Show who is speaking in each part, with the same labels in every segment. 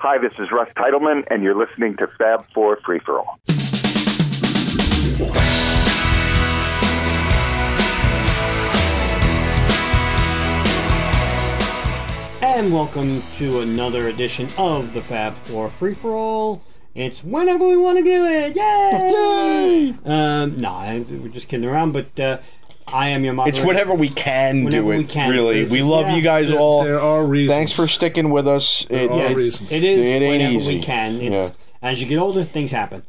Speaker 1: Hi, this is Russ Titleman, and you're listening to Fab Four Free for All.
Speaker 2: And welcome to another edition of the Fab Four Free for All. It's whenever we want to do it. Yay! Um, no, I- we're just kidding around, but uh, I am your moderator.
Speaker 3: It's whatever we can
Speaker 2: Whenever
Speaker 3: do it.
Speaker 2: we can.
Speaker 3: really,
Speaker 2: There's-
Speaker 3: we love
Speaker 2: yeah.
Speaker 3: you guys
Speaker 4: There,
Speaker 3: all.
Speaker 4: there are reasons.
Speaker 5: Thanks for sticking with us. It,
Speaker 4: all
Speaker 5: it's-
Speaker 4: reasons.
Speaker 2: It is
Speaker 5: It ain't
Speaker 2: whenever we
Speaker 5: easy.
Speaker 2: can. It's, As you get older, things happen,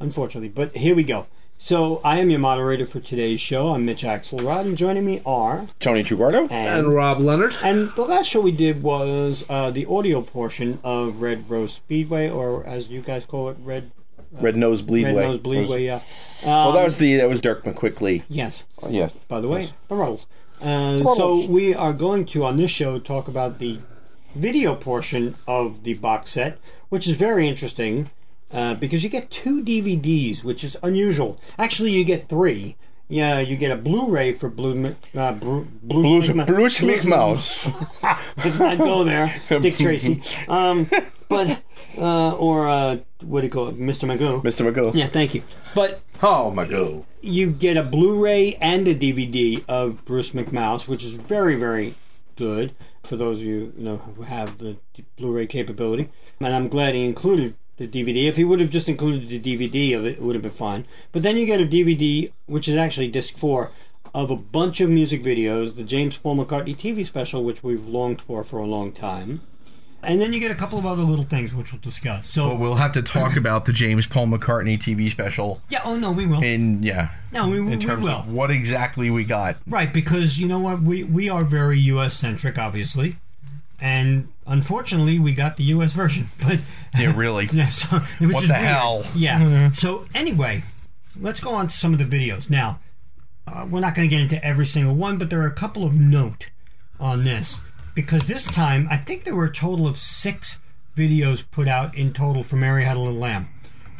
Speaker 2: unfortunately. But here we go. So I am your moderator for today's show. I'm Mitch Axelrod, and joining me are
Speaker 3: Tony Trubardo.
Speaker 2: and
Speaker 4: And Rob Leonard.
Speaker 2: and the last show we did was uh, the audio portion of Red Rose Speedway, or as you guys call it, Red
Speaker 3: Red Nose
Speaker 2: Red
Speaker 3: Bleedway.
Speaker 2: Nose Um, Bleedway. Yeah.
Speaker 3: Well, that was the that was Dirk McQuickly.
Speaker 2: Oh, Yes.
Speaker 5: Yeah.
Speaker 2: By the way, the Ruddles. Uh, so we are going to on this show talk about the video portion of the box set, which is very interesting uh, because you get two DVDs, which is unusual. Actually, you get three. Yeah, you get a Blu-ray for Blue Mi- uh, Bru- Blue
Speaker 3: Bruce,
Speaker 2: Sigma-
Speaker 3: Bruce
Speaker 2: Blue-
Speaker 3: McMouse.
Speaker 2: Let's not go there, Dick Tracy. Um, but uh, or uh, what do you call it, Mr. Magoo?
Speaker 3: Mr. McGill.
Speaker 2: Yeah, thank you. But
Speaker 3: Oh, McGill.
Speaker 2: you get a Blu-ray and a DVD of Bruce McMouse, which is very, very good for those of you, you know who have the d- Blu-ray capability. And I'm glad he included the DVD. If he would have just included the DVD of it, it would have been fine. But then you get a DVD, which is actually disc four of a bunch of music videos, the James Paul McCartney TV special, which we've longed for for a long time. And then you get a couple of other little things which we'll discuss. So,
Speaker 3: We'll have to talk about the James Paul McCartney TV special
Speaker 2: yeah, oh no, we will.
Speaker 3: in yeah.
Speaker 2: No, we, we
Speaker 3: In terms
Speaker 2: will.
Speaker 3: of what exactly we got.
Speaker 2: Right, because you know what, we we are very U.S. centric, obviously, and unfortunately, we got the U.S. version. But
Speaker 3: Yeah, really.
Speaker 2: yeah, so, which
Speaker 3: What
Speaker 2: is
Speaker 3: the
Speaker 2: weird.
Speaker 3: hell?
Speaker 2: Yeah. So anyway, let's go on to some of the videos now. Uh, we're not going to get into every single one, but there are a couple of note on this because this time I think there were a total of six videos put out in total for Mary Huddle and Lamb.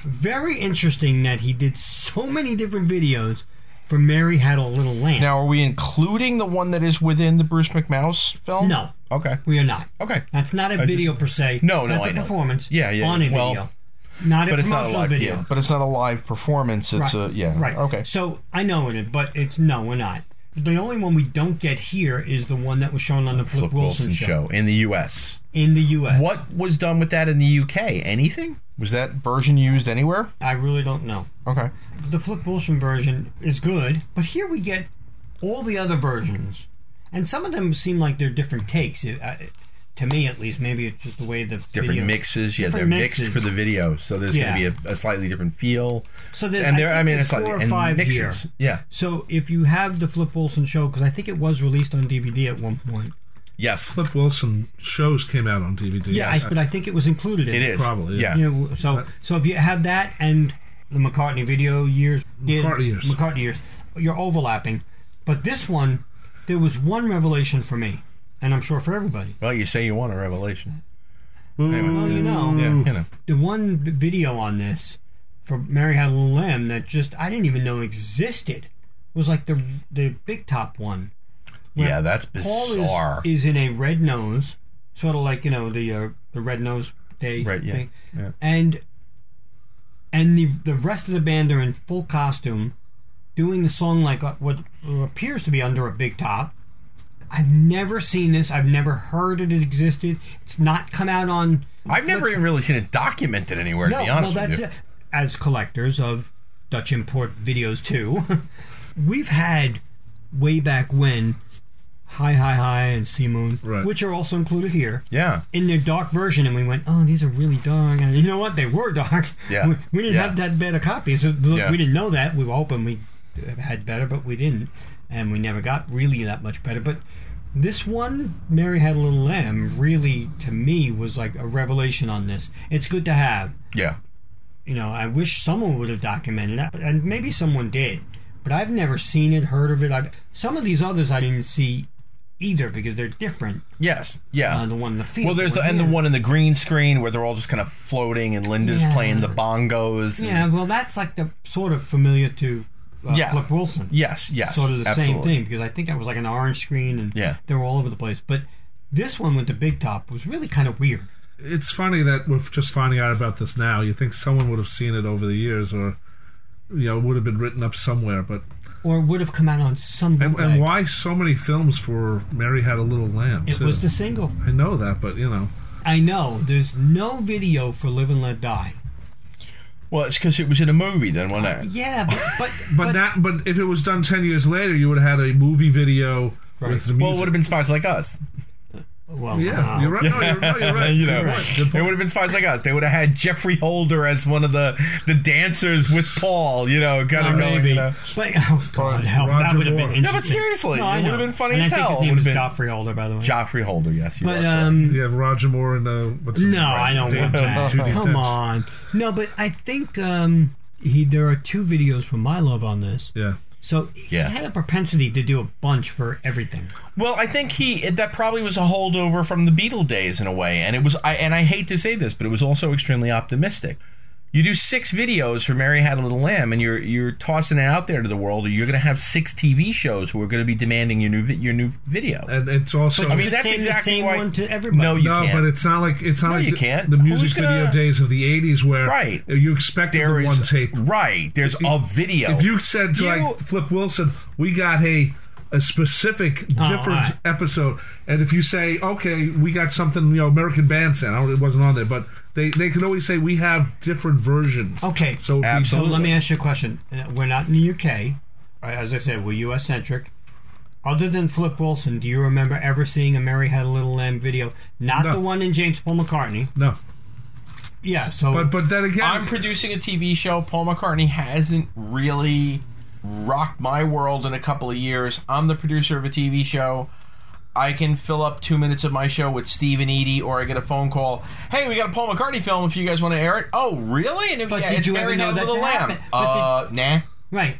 Speaker 2: Very interesting that he did so many different videos for Mary Had a Little Lamb.
Speaker 5: Now, are we including the one that is within the Bruce McMouse film?
Speaker 2: no, Uh,
Speaker 3: Okay.
Speaker 2: we are not.
Speaker 3: Okay.
Speaker 2: That's not a video per se.
Speaker 3: No, no,
Speaker 2: That's a
Speaker 3: I know.
Speaker 2: performance.
Speaker 3: Yeah, yeah,
Speaker 2: On a
Speaker 3: well,
Speaker 2: video. Not a
Speaker 3: but it's not
Speaker 2: promotional
Speaker 3: live,
Speaker 2: video.
Speaker 3: yeah.
Speaker 5: But it's not a live performance. It's a yeah.
Speaker 2: Right.
Speaker 5: Okay.
Speaker 2: So I know it, but it's no, we're not. The only one we don't get here is the one that was shown on the Flip,
Speaker 3: Flip
Speaker 2: Wilson, show,
Speaker 3: in the U.S.
Speaker 2: in the U.S.
Speaker 3: What was done with that in the U.K.? Anything?
Speaker 5: Was that version used anywhere?
Speaker 2: I really don't know.
Speaker 5: Okay.
Speaker 2: The Flip Wilson version is good, but here we get all the other versions, and some of them seem like they're different takes. It- I- to me, at least, maybe it's just the way the
Speaker 3: Different
Speaker 2: video-
Speaker 3: mixes. Yeah,
Speaker 2: Different
Speaker 3: they're
Speaker 2: mixes.
Speaker 3: mixed for the video, so there's
Speaker 2: Yeah.
Speaker 3: going to be a, a slightly different feel.
Speaker 2: So there's,
Speaker 3: and there, I,
Speaker 2: think
Speaker 3: mean,
Speaker 2: there's
Speaker 3: it's like
Speaker 2: four or
Speaker 3: and
Speaker 2: five
Speaker 3: mixes.
Speaker 2: here.
Speaker 3: Yeah.
Speaker 2: So if you have the Flip Wilson show, because I think it was released on DVD at one point.
Speaker 3: Yes.
Speaker 4: Flip Wilson shows came out on DVD.
Speaker 2: Yeah, I, but I think it was included in
Speaker 3: It
Speaker 2: it.
Speaker 3: is.
Speaker 4: Probably,
Speaker 3: Yeah.
Speaker 4: yeah.
Speaker 2: You know, so
Speaker 4: But-
Speaker 2: so if you have that and the McCartney video years, yeah,
Speaker 4: McCartney years.
Speaker 2: McCartney years, you're overlapping. But this one, there was one revelation for me, and I'm sure for everybody.
Speaker 3: Well, you say you want a revelation.
Speaker 2: Well, you know,
Speaker 3: Yeah, you know.
Speaker 2: the one v- video on this for Mary Had a Little Lamb that just I didn't even know existed was like the the big top one.
Speaker 3: Yeah, that's
Speaker 2: Paul is-
Speaker 3: bizarre.
Speaker 2: is, in a red nose, sort of like you know the uh, the red nose day
Speaker 3: Right, yeah,
Speaker 2: thing,
Speaker 3: yeah.
Speaker 2: and and the the rest of the band are in full costume, doing the song like uh, what appears to be under a big top. I've never seen this. I've never heard it existed. It's not come out on.
Speaker 3: I've never even really seen it documented anywhere, to
Speaker 2: No,
Speaker 3: be
Speaker 2: well,
Speaker 3: honest with
Speaker 2: that's
Speaker 3: you.
Speaker 2: it. as collectors of Dutch import videos too. we've had way back when Hi Hi Hi and Sea Moon,
Speaker 4: Right.
Speaker 2: which are also included here.
Speaker 3: Yeah.
Speaker 2: In their dark version, and we went, oh, these are really dark. And you know what? They were dark.
Speaker 3: Yeah.
Speaker 2: We, we didn't
Speaker 3: Yeah.
Speaker 2: have that bad a copy. So look,
Speaker 3: Yeah.
Speaker 2: we didn't know that. We were hoping we had better, but we didn't. And we never got really that much better. But this one, Mary Had a Little Lamb, really, to me, was like a revelation on this. It's good to have
Speaker 3: Yeah.
Speaker 2: you know, I wish someone would have documented that, but- and maybe someone did, but I've never seen it, heard of it. I've, some of these others I didn't see either because they're different.
Speaker 3: Yes. Yeah.
Speaker 2: Uh, the one in the field.
Speaker 3: Oh. well, there's the, and the
Speaker 2: here.
Speaker 3: one in the green screen where they're all just kind of floating, and Linda's
Speaker 2: Yeah.
Speaker 3: playing the bongos. and-
Speaker 2: Yeah, well, that's like the sort of familiar to uh,
Speaker 3: Yeah.
Speaker 2: Cliff Wilson.
Speaker 3: Yes. Yes.
Speaker 2: sort of the
Speaker 3: absolutely.
Speaker 2: same thing because I think that was like an orange screen and
Speaker 3: Yeah.
Speaker 2: they were all over the place. But this one with the big top was really kind of weird.
Speaker 4: It's funny that we're just finding out about this now. You think someone would have seen it over the years, or you know, it would have been written up somewhere. But
Speaker 2: or would have come out on some
Speaker 4: and,
Speaker 2: bootleg.
Speaker 4: and why so many films for Mary Had a Little Lamb?
Speaker 2: It
Speaker 4: too?
Speaker 2: was the single.
Speaker 4: I know that, but you know,
Speaker 2: I know there's no video for "Live and Let Die."
Speaker 3: Well, it's because it was in a movie then, wasn't it?
Speaker 2: Yeah, but but,
Speaker 4: but
Speaker 2: but-
Speaker 4: now, but if it was done ten years later, you would have had a movie video
Speaker 2: Right.
Speaker 4: with the music.
Speaker 3: Well, it would have been Spies Like Us.
Speaker 2: well, uh,
Speaker 4: yeah,
Speaker 2: wow.
Speaker 4: you're right. No, you're, no, you're right.
Speaker 3: you know,
Speaker 4: You're right. Good
Speaker 3: it
Speaker 4: point.
Speaker 3: would have been Spies Like Us. They would have had Jeffrey Holder as one of the, the dancers with Paul. You know, got him going.
Speaker 2: Ah, maybe.
Speaker 3: You know.
Speaker 2: But oh god, hell, that
Speaker 4: Roger
Speaker 2: would have been
Speaker 4: Moore.
Speaker 2: interesting.
Speaker 3: No, but seriously,
Speaker 2: No, I
Speaker 3: it would have
Speaker 2: know.
Speaker 3: been funny
Speaker 2: and
Speaker 3: as
Speaker 2: I think His
Speaker 3: hell. It
Speaker 2: name is
Speaker 3: would have
Speaker 2: Joffrey Holder, by the way.
Speaker 3: been Joffrey Holder. Yes, you
Speaker 2: but
Speaker 3: are correct.
Speaker 2: um,
Speaker 4: You have Roger Moore and uh, what's his
Speaker 2: no,
Speaker 4: name?
Speaker 2: I don't
Speaker 4: Dan-
Speaker 2: want that.
Speaker 4: Judi
Speaker 2: Come
Speaker 4: Dench.
Speaker 2: on, no, but I think um, he there are two videos from My Love on this.
Speaker 4: Yeah.
Speaker 2: So he
Speaker 3: Yeah.
Speaker 2: had a propensity to do a bunch for everything.
Speaker 3: Well, I think he that probably was a holdover from the Beatle days in a way, and it was. I and I hate to say this, but it was also extremely optimistic. You do six videos for Mary Had a Little Lamb, and you're you're tossing it out there to the world. Or you're going to have six TV shows who are going to be demanding your new vi- your new video.
Speaker 4: And it's also.
Speaker 3: I
Speaker 2: You
Speaker 3: mean,
Speaker 2: could
Speaker 3: that's
Speaker 2: sing the
Speaker 3: exactly
Speaker 2: same
Speaker 3: why.
Speaker 2: one to everybody.
Speaker 3: No, you
Speaker 4: no,
Speaker 3: can't.
Speaker 4: but it's not like it's not
Speaker 3: No,
Speaker 4: like
Speaker 3: you
Speaker 4: the,
Speaker 3: can't.
Speaker 4: the
Speaker 3: Who's
Speaker 4: music
Speaker 3: gonna-
Speaker 4: video days of the '80s, where
Speaker 3: Right.
Speaker 4: you expected
Speaker 3: there
Speaker 4: the
Speaker 3: is
Speaker 4: one tape.
Speaker 3: right. There's a video.
Speaker 4: If you said to
Speaker 3: You-
Speaker 4: like Flip Wilson, we got a a specific different
Speaker 2: Oh, right.
Speaker 4: episode, and if you say, okay, we got something, you know, American Bandstand, I don't, it wasn't on there, but they they can always say we have different versions.
Speaker 2: Okay.
Speaker 4: so it'd
Speaker 2: So
Speaker 4: be-
Speaker 3: Absolutely.
Speaker 2: let me ask you a question. Uh, We're not in the UK, right? As I said, we're US centric. Other than Flip Wilson, do you remember ever seeing a Mary Had a Little Lamb video? Not
Speaker 4: No.
Speaker 2: the one in James Paul McCartney.
Speaker 4: no,
Speaker 2: Yeah. So
Speaker 4: but but then again,
Speaker 3: I'm producing a TV show. Paul McCartney hasn't really rocked my world in a couple of years. I'm the producer of a TV show. I can fill up two minutes of my show with Steve and Edie, or I get a phone call. Hey, we got a Paul McCartney film. If you guys want to air it, oh really? And if-
Speaker 2: But
Speaker 3: yeah,
Speaker 2: did
Speaker 3: it's
Speaker 2: you ever
Speaker 3: Mary
Speaker 2: know
Speaker 3: Had a
Speaker 2: that
Speaker 3: Little
Speaker 2: that
Speaker 3: Lamb?
Speaker 2: happened?
Speaker 3: Uh,
Speaker 2: But
Speaker 3: nah.
Speaker 2: right.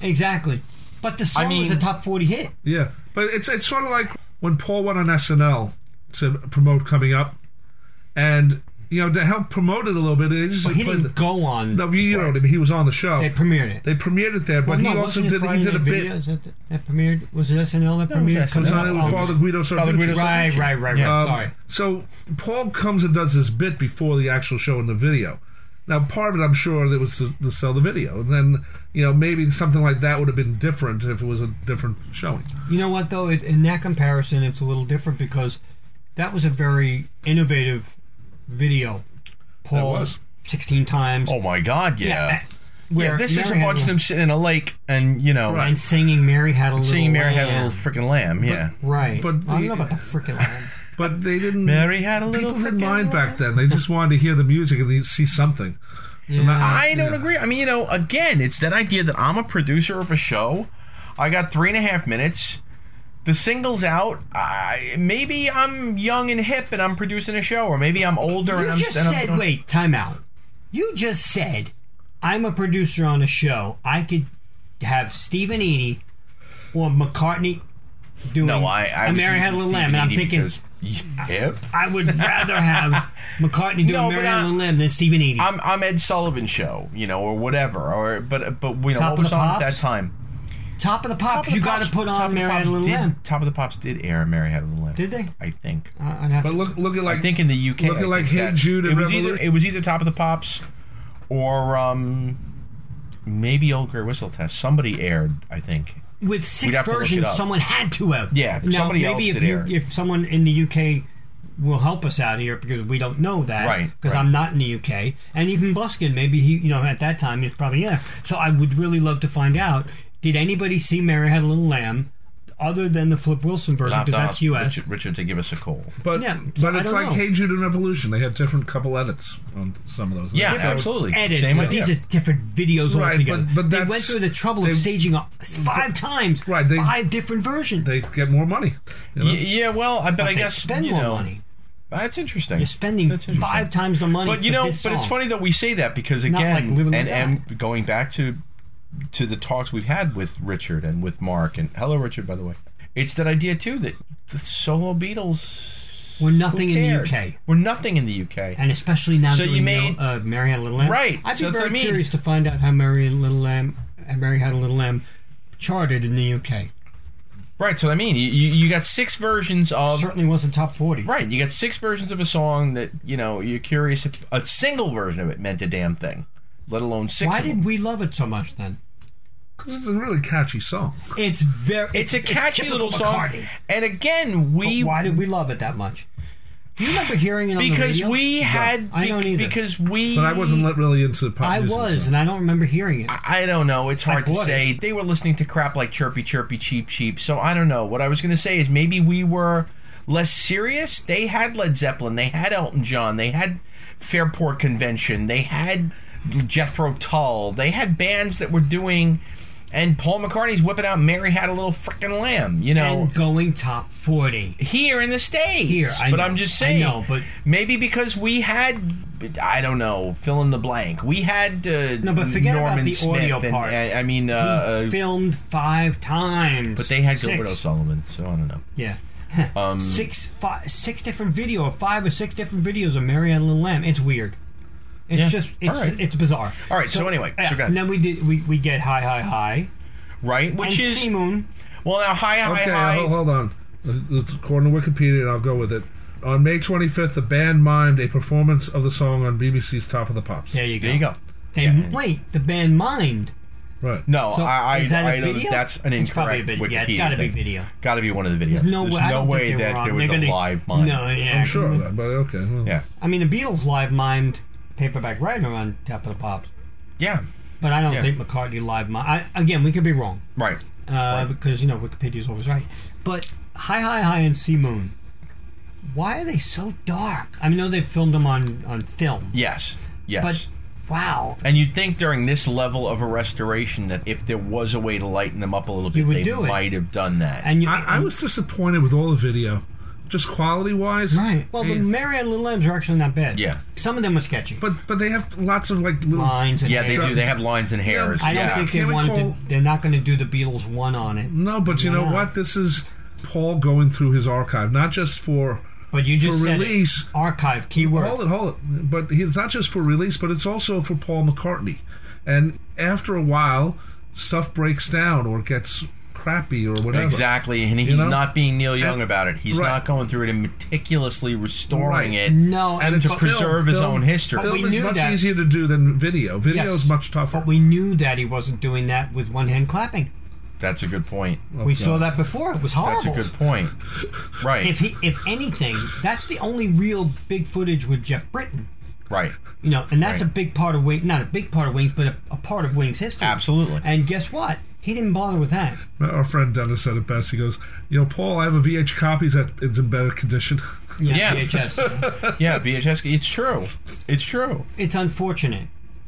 Speaker 2: Exactly. But the song was
Speaker 3: mean-
Speaker 2: a top forty hit.
Speaker 4: yeah, but it's it's sort of like when Paul went on SNL to promote coming up, and you know to help promote it a little bit, they just
Speaker 2: He
Speaker 4: played
Speaker 2: didn't
Speaker 4: the,
Speaker 2: go on.
Speaker 4: no, you, you know what I mean. He was on the show.
Speaker 2: They premiered it.
Speaker 4: They premiered it there, but
Speaker 2: Well, no,
Speaker 4: he also
Speaker 2: wasn't it
Speaker 4: did he
Speaker 2: Friday
Speaker 4: did a
Speaker 2: Night
Speaker 4: bit.
Speaker 2: Videos that, that premiered was it SNL that
Speaker 3: it was
Speaker 2: premiered?
Speaker 3: SNL.
Speaker 2: Comes
Speaker 4: No,
Speaker 2: out
Speaker 4: it was
Speaker 2: on-
Speaker 4: Father Guido
Speaker 3: Father Guido
Speaker 4: Sarducci.
Speaker 2: Right, right, right, right.
Speaker 4: Um,
Speaker 2: Sorry.
Speaker 4: So Paul comes and does this bit before the actual show in the video. Now, part of it, I'm sure, that was to, to sell the video, and then you know maybe something like that would have been different if it was a different showing.
Speaker 2: You know what, though, it, in that comparison, it's a little different because that was a very innovative video. Paul
Speaker 4: was.
Speaker 2: sixteen times.
Speaker 3: Oh my God, yeah.
Speaker 2: Yeah,
Speaker 3: Yeah,
Speaker 2: where
Speaker 3: this is a
Speaker 2: Mary had
Speaker 3: bunch of them sitting in a lake and you know
Speaker 2: And singing Mary had a little.
Speaker 3: seeing Mary had a
Speaker 2: lamb.
Speaker 3: little freaking lamb. Yeah.
Speaker 2: Right.
Speaker 4: But
Speaker 2: I don't
Speaker 4: the-
Speaker 2: know about the freaking lamb.
Speaker 4: But they didn't.
Speaker 3: Mary had a little
Speaker 4: people didn't
Speaker 3: frickin'
Speaker 4: mind back then. They just wanted to hear the music and they see something. And
Speaker 3: I don't
Speaker 4: yeah.
Speaker 3: agree. I mean, you know, again, it's that idea that I'm a producer of a show. I got three and a half minutes. The single's out. I, maybe I'm young and hip and I'm producing a show, or maybe I'm older and
Speaker 2: You
Speaker 3: I'm.
Speaker 2: just
Speaker 3: and I'm
Speaker 2: said,
Speaker 3: doing-
Speaker 2: wait, time out. You just said, I'm a producer on a show. I could have Stephen Eady or McCartney doing
Speaker 3: No, I. I
Speaker 2: a
Speaker 3: was
Speaker 2: Mary
Speaker 3: using
Speaker 2: Had a Little
Speaker 3: Stephen
Speaker 2: Lamb. And I'm
Speaker 3: Eady
Speaker 2: thinking,
Speaker 3: because- Yep.
Speaker 2: I would rather have McCartney doing
Speaker 3: No,
Speaker 2: Mary
Speaker 3: but
Speaker 2: Had a
Speaker 3: I-
Speaker 2: Little Lamb than Stephen Eady.
Speaker 3: I'm I'm Ed Sullivan show, you know, or whatever, or but but you know
Speaker 2: Top of
Speaker 3: what was
Speaker 2: the
Speaker 3: on at
Speaker 2: Pops?
Speaker 3: that time.
Speaker 2: Top of the Pops.
Speaker 3: Top of the
Speaker 2: you got to
Speaker 3: Pops-
Speaker 2: put
Speaker 3: Top
Speaker 2: on
Speaker 3: of the
Speaker 2: Mary Had
Speaker 3: Pops
Speaker 2: a Little
Speaker 3: did-
Speaker 2: Lamb.
Speaker 3: Top of the Pops did air Mary Had a Little Lamb.
Speaker 2: Did they?
Speaker 3: I think.
Speaker 2: I- I'd have
Speaker 4: But
Speaker 2: to-
Speaker 4: look, look at like
Speaker 3: I think in the UK.
Speaker 4: Look at,
Speaker 3: I
Speaker 4: like,
Speaker 3: think
Speaker 4: Hey
Speaker 3: that's-
Speaker 4: Jude
Speaker 3: It
Speaker 4: and
Speaker 3: was either
Speaker 4: Revolution.
Speaker 3: it was either Top of the Pops, or um, maybe Old Grey Whistle Test. Somebody aired, I think.
Speaker 2: With six
Speaker 3: We'd have to look it
Speaker 2: versions,
Speaker 3: up.
Speaker 2: someone had to have.
Speaker 3: Yeah,
Speaker 2: Now,
Speaker 3: somebody
Speaker 2: maybe
Speaker 3: else
Speaker 2: if
Speaker 3: did
Speaker 2: you,
Speaker 3: air.
Speaker 2: if someone in the UK will help us out here because we don't know that.
Speaker 3: Right,
Speaker 2: Because
Speaker 3: right.
Speaker 2: I'm not in the UK, and even Buskin, maybe he, you know, at that time he's probably yeah. So I would really love to find out. Did anybody see Mary Had a Little Lamb, other than the Flip Wilson version? Because that's
Speaker 3: ask
Speaker 2: US.
Speaker 3: Richard, Richard to give us a call.
Speaker 4: but
Speaker 2: Yeah,
Speaker 4: but
Speaker 2: I
Speaker 4: it's
Speaker 2: don't
Speaker 4: like
Speaker 2: know.
Speaker 4: Hey Jude and Revolution. They had different couple edits on some of those.
Speaker 3: Yeah,
Speaker 4: So-
Speaker 3: absolutely.
Speaker 2: edits,
Speaker 3: Same
Speaker 2: but
Speaker 3: idea.
Speaker 2: these are different videos
Speaker 4: Right,
Speaker 2: altogether.
Speaker 4: but- but
Speaker 2: they
Speaker 4: that's-
Speaker 2: went through the trouble
Speaker 4: they-
Speaker 2: of staging up five times,
Speaker 4: Right, they-
Speaker 2: five different versions.
Speaker 4: They get more money. you know?
Speaker 3: Y- yeah, well, I bet I
Speaker 2: they
Speaker 3: guess
Speaker 2: spend
Speaker 3: you
Speaker 2: more
Speaker 3: know,
Speaker 2: money.
Speaker 3: That's interesting.
Speaker 2: You're spending
Speaker 3: That's interesting.
Speaker 2: five times the money.
Speaker 3: But you
Speaker 2: for
Speaker 3: know, but
Speaker 2: this
Speaker 3: it's
Speaker 2: song.
Speaker 3: funny that we say that because
Speaker 2: Not like
Speaker 3: again,
Speaker 2: Live and Let
Speaker 3: and, and going back to to the talks we've had with Richard and with Mark and hello Richard by the way, it's that idea too that the solo Beatles
Speaker 2: We're nothing
Speaker 3: who
Speaker 2: in the
Speaker 3: cared?
Speaker 2: UK.
Speaker 3: We're nothing in the UK.
Speaker 2: and especially now
Speaker 3: So
Speaker 2: doing
Speaker 3: you made-
Speaker 2: Mil- uh, Mary Had a Little Lamb.
Speaker 3: Right,
Speaker 2: I'd be
Speaker 3: so that's
Speaker 2: very
Speaker 3: what I mean.
Speaker 2: curious to find out how Mary and Little Lamb, uh, Mary Had a Little Lamb, charted in the UK.
Speaker 3: Right, so I mean, you, you you got six versions of
Speaker 2: Certainly wasn't top 40.
Speaker 3: right. You got six versions of a song that you know you're curious if a single version of it meant a damn thing, let alone six.
Speaker 2: Why
Speaker 3: of
Speaker 2: did
Speaker 3: them.
Speaker 2: we love it so much then?
Speaker 4: This is a really catchy song.
Speaker 2: It's very.
Speaker 3: It's a catchy
Speaker 2: typical
Speaker 3: little song,
Speaker 2: McCartney.
Speaker 3: and again, we
Speaker 2: Why did we love it that much? Do you remember hearing it on the
Speaker 3: because
Speaker 2: radio?
Speaker 3: we had
Speaker 2: I don't
Speaker 3: bec-
Speaker 2: either.
Speaker 3: because we
Speaker 4: But I wasn't li- really into pop
Speaker 2: I
Speaker 4: music.
Speaker 2: was, and I don't remember hearing it.
Speaker 3: I don't know. It's hard to
Speaker 2: bought
Speaker 3: say. They were listening to crap like chirpy, chirpy, cheap, cheap. So I don't know. What I was going to say is maybe we were less serious. They had Led Zeppelin. They had Elton John. They had Fairport Convention. They had Jethro Tull. They had bands that were doing. And Paul McCartney's whipping out "Mary Had a Little Frickin' Lamb," you know,
Speaker 2: And going top 40.
Speaker 3: here in the states.
Speaker 2: Here, I
Speaker 3: but
Speaker 2: know,
Speaker 3: I'm just
Speaker 2: I
Speaker 3: saying.
Speaker 2: know, but-
Speaker 3: maybe because we had, I don't know, fill in the blank. We had uh,
Speaker 2: No, but forget about
Speaker 3: Norman
Speaker 2: the
Speaker 3: Smith
Speaker 2: audio
Speaker 3: and-
Speaker 2: part.
Speaker 3: I, I mean, uh, uh,
Speaker 2: Filmed five times.
Speaker 3: but they had Um,
Speaker 2: six.
Speaker 3: Gilbert O'Sullivan, so I don't know.
Speaker 2: Yeah. six, five, six different video, or five or six different videos of Mary and Little Lamb. It's weird. It's
Speaker 3: Yeah.
Speaker 2: just, it's,
Speaker 3: All right.
Speaker 2: it's bizarre.
Speaker 3: All right, so anyway, so
Speaker 2: yeah,
Speaker 3: go ahead.
Speaker 2: and then we did, we, we get high, high, high,
Speaker 3: Right, which
Speaker 2: and
Speaker 3: is
Speaker 2: Sea Moon.
Speaker 3: well now high, high,
Speaker 4: Okay,
Speaker 3: high.
Speaker 4: Hold, hold on. It's According to Wikipedia, and I'll go with it. On May 25th, the band mimed a performance of the song on BBC's Top of the Pops.
Speaker 2: There you go.
Speaker 3: There you go.
Speaker 2: They,
Speaker 3: Yeah.
Speaker 2: Wait, the band Mind.
Speaker 4: Right.
Speaker 3: No,
Speaker 2: So,
Speaker 3: I, I,
Speaker 2: is that a
Speaker 3: I know
Speaker 2: video?
Speaker 3: that's an
Speaker 2: It's probably a
Speaker 3: incorrect
Speaker 2: vid-
Speaker 3: Wikipedia.
Speaker 2: yeah, it's gotta be
Speaker 3: thing.
Speaker 2: video.
Speaker 3: Gotta be one of the videos.
Speaker 2: No
Speaker 3: There's
Speaker 2: way. I
Speaker 3: no
Speaker 2: don't
Speaker 3: way
Speaker 2: think they
Speaker 3: that
Speaker 2: were
Speaker 3: there
Speaker 2: on.
Speaker 3: was
Speaker 2: They're
Speaker 3: a
Speaker 2: gonna-
Speaker 3: live mime.
Speaker 2: No, yeah.
Speaker 4: I'm sure of that, but okay. well.
Speaker 3: Yeah,
Speaker 2: I mean, the Beatles live mimed Paperback Writer on Top of the Pops,
Speaker 3: yeah,
Speaker 2: but I don't
Speaker 3: Yeah.
Speaker 2: think McCartney live mimed. I, again, we could be wrong
Speaker 3: right.
Speaker 2: uh, because you know Wikipedia's always right. But High High High and Sea Moon, why are they so dark? I mean, I know they filmed them on on film,
Speaker 3: Yes, yes.
Speaker 2: but wow,
Speaker 3: And you'd think during this level of a restoration that if there was a way to lighten them up a little
Speaker 2: You
Speaker 3: bit,
Speaker 2: would
Speaker 3: they
Speaker 2: do it.
Speaker 3: might have done that.
Speaker 2: and you.
Speaker 4: I, I was disappointed with all the video, just quality wise.
Speaker 2: Right. Well, the Mary and Little Lambs are actually not bad.
Speaker 3: Yeah.
Speaker 2: Some of them were sketchy.
Speaker 4: but but they have lots of like little.
Speaker 2: Lines and
Speaker 3: yeah, they
Speaker 2: hair.
Speaker 3: do. They have lines and hairs.
Speaker 2: I don't
Speaker 3: yeah.
Speaker 2: think they
Speaker 4: Can we
Speaker 2: wanted
Speaker 4: call-
Speaker 2: to. They're not going to do the Beatles one on it.
Speaker 4: No, but you know
Speaker 2: Yeah.
Speaker 4: what? This is Paul going through his archive, not just for.
Speaker 2: But you just
Speaker 4: For
Speaker 2: said it.
Speaker 4: release-
Speaker 2: archive keyword.
Speaker 4: Hold it, hold it. But it's not just for release, but it's also for Paul McCartney. And after a while, stuff breaks down or gets crappy or whatever.
Speaker 3: Exactly, and he's
Speaker 4: know?
Speaker 3: not being Neil Young about it. He's
Speaker 4: Right.
Speaker 3: not going through it and meticulously restoring
Speaker 4: Right.
Speaker 3: it
Speaker 2: No, and
Speaker 3: to
Speaker 4: it's
Speaker 3: preserve
Speaker 4: film-
Speaker 3: his
Speaker 4: film-
Speaker 3: own history.
Speaker 4: Film
Speaker 2: we
Speaker 4: is
Speaker 2: knew
Speaker 4: much
Speaker 2: that.
Speaker 4: easier to do than video. Video
Speaker 2: Yes.
Speaker 4: is much tougher.
Speaker 2: But we knew that he wasn't doing that with one hand clapping.
Speaker 3: That's a good point.
Speaker 2: we saw that before. It was horrible.
Speaker 3: Oh, That's a good point. Right,
Speaker 2: If he, if anything, that's the only real big footage with Jeff Britton.
Speaker 3: right.
Speaker 2: You know, and that's
Speaker 3: Right.
Speaker 2: a big part of Wings. Not a big part of Wings, but a, a part of Wings history.
Speaker 3: Absolutely.
Speaker 2: And guess what? He didn't bother with that.
Speaker 4: Our friend Dennis said it best. He goes, "You know, Paul, I have a VH copy that is in better condition."
Speaker 3: Yeah.
Speaker 2: VHS.
Speaker 3: Yeah, VHS. It's true. It's true.
Speaker 2: it's unfortunate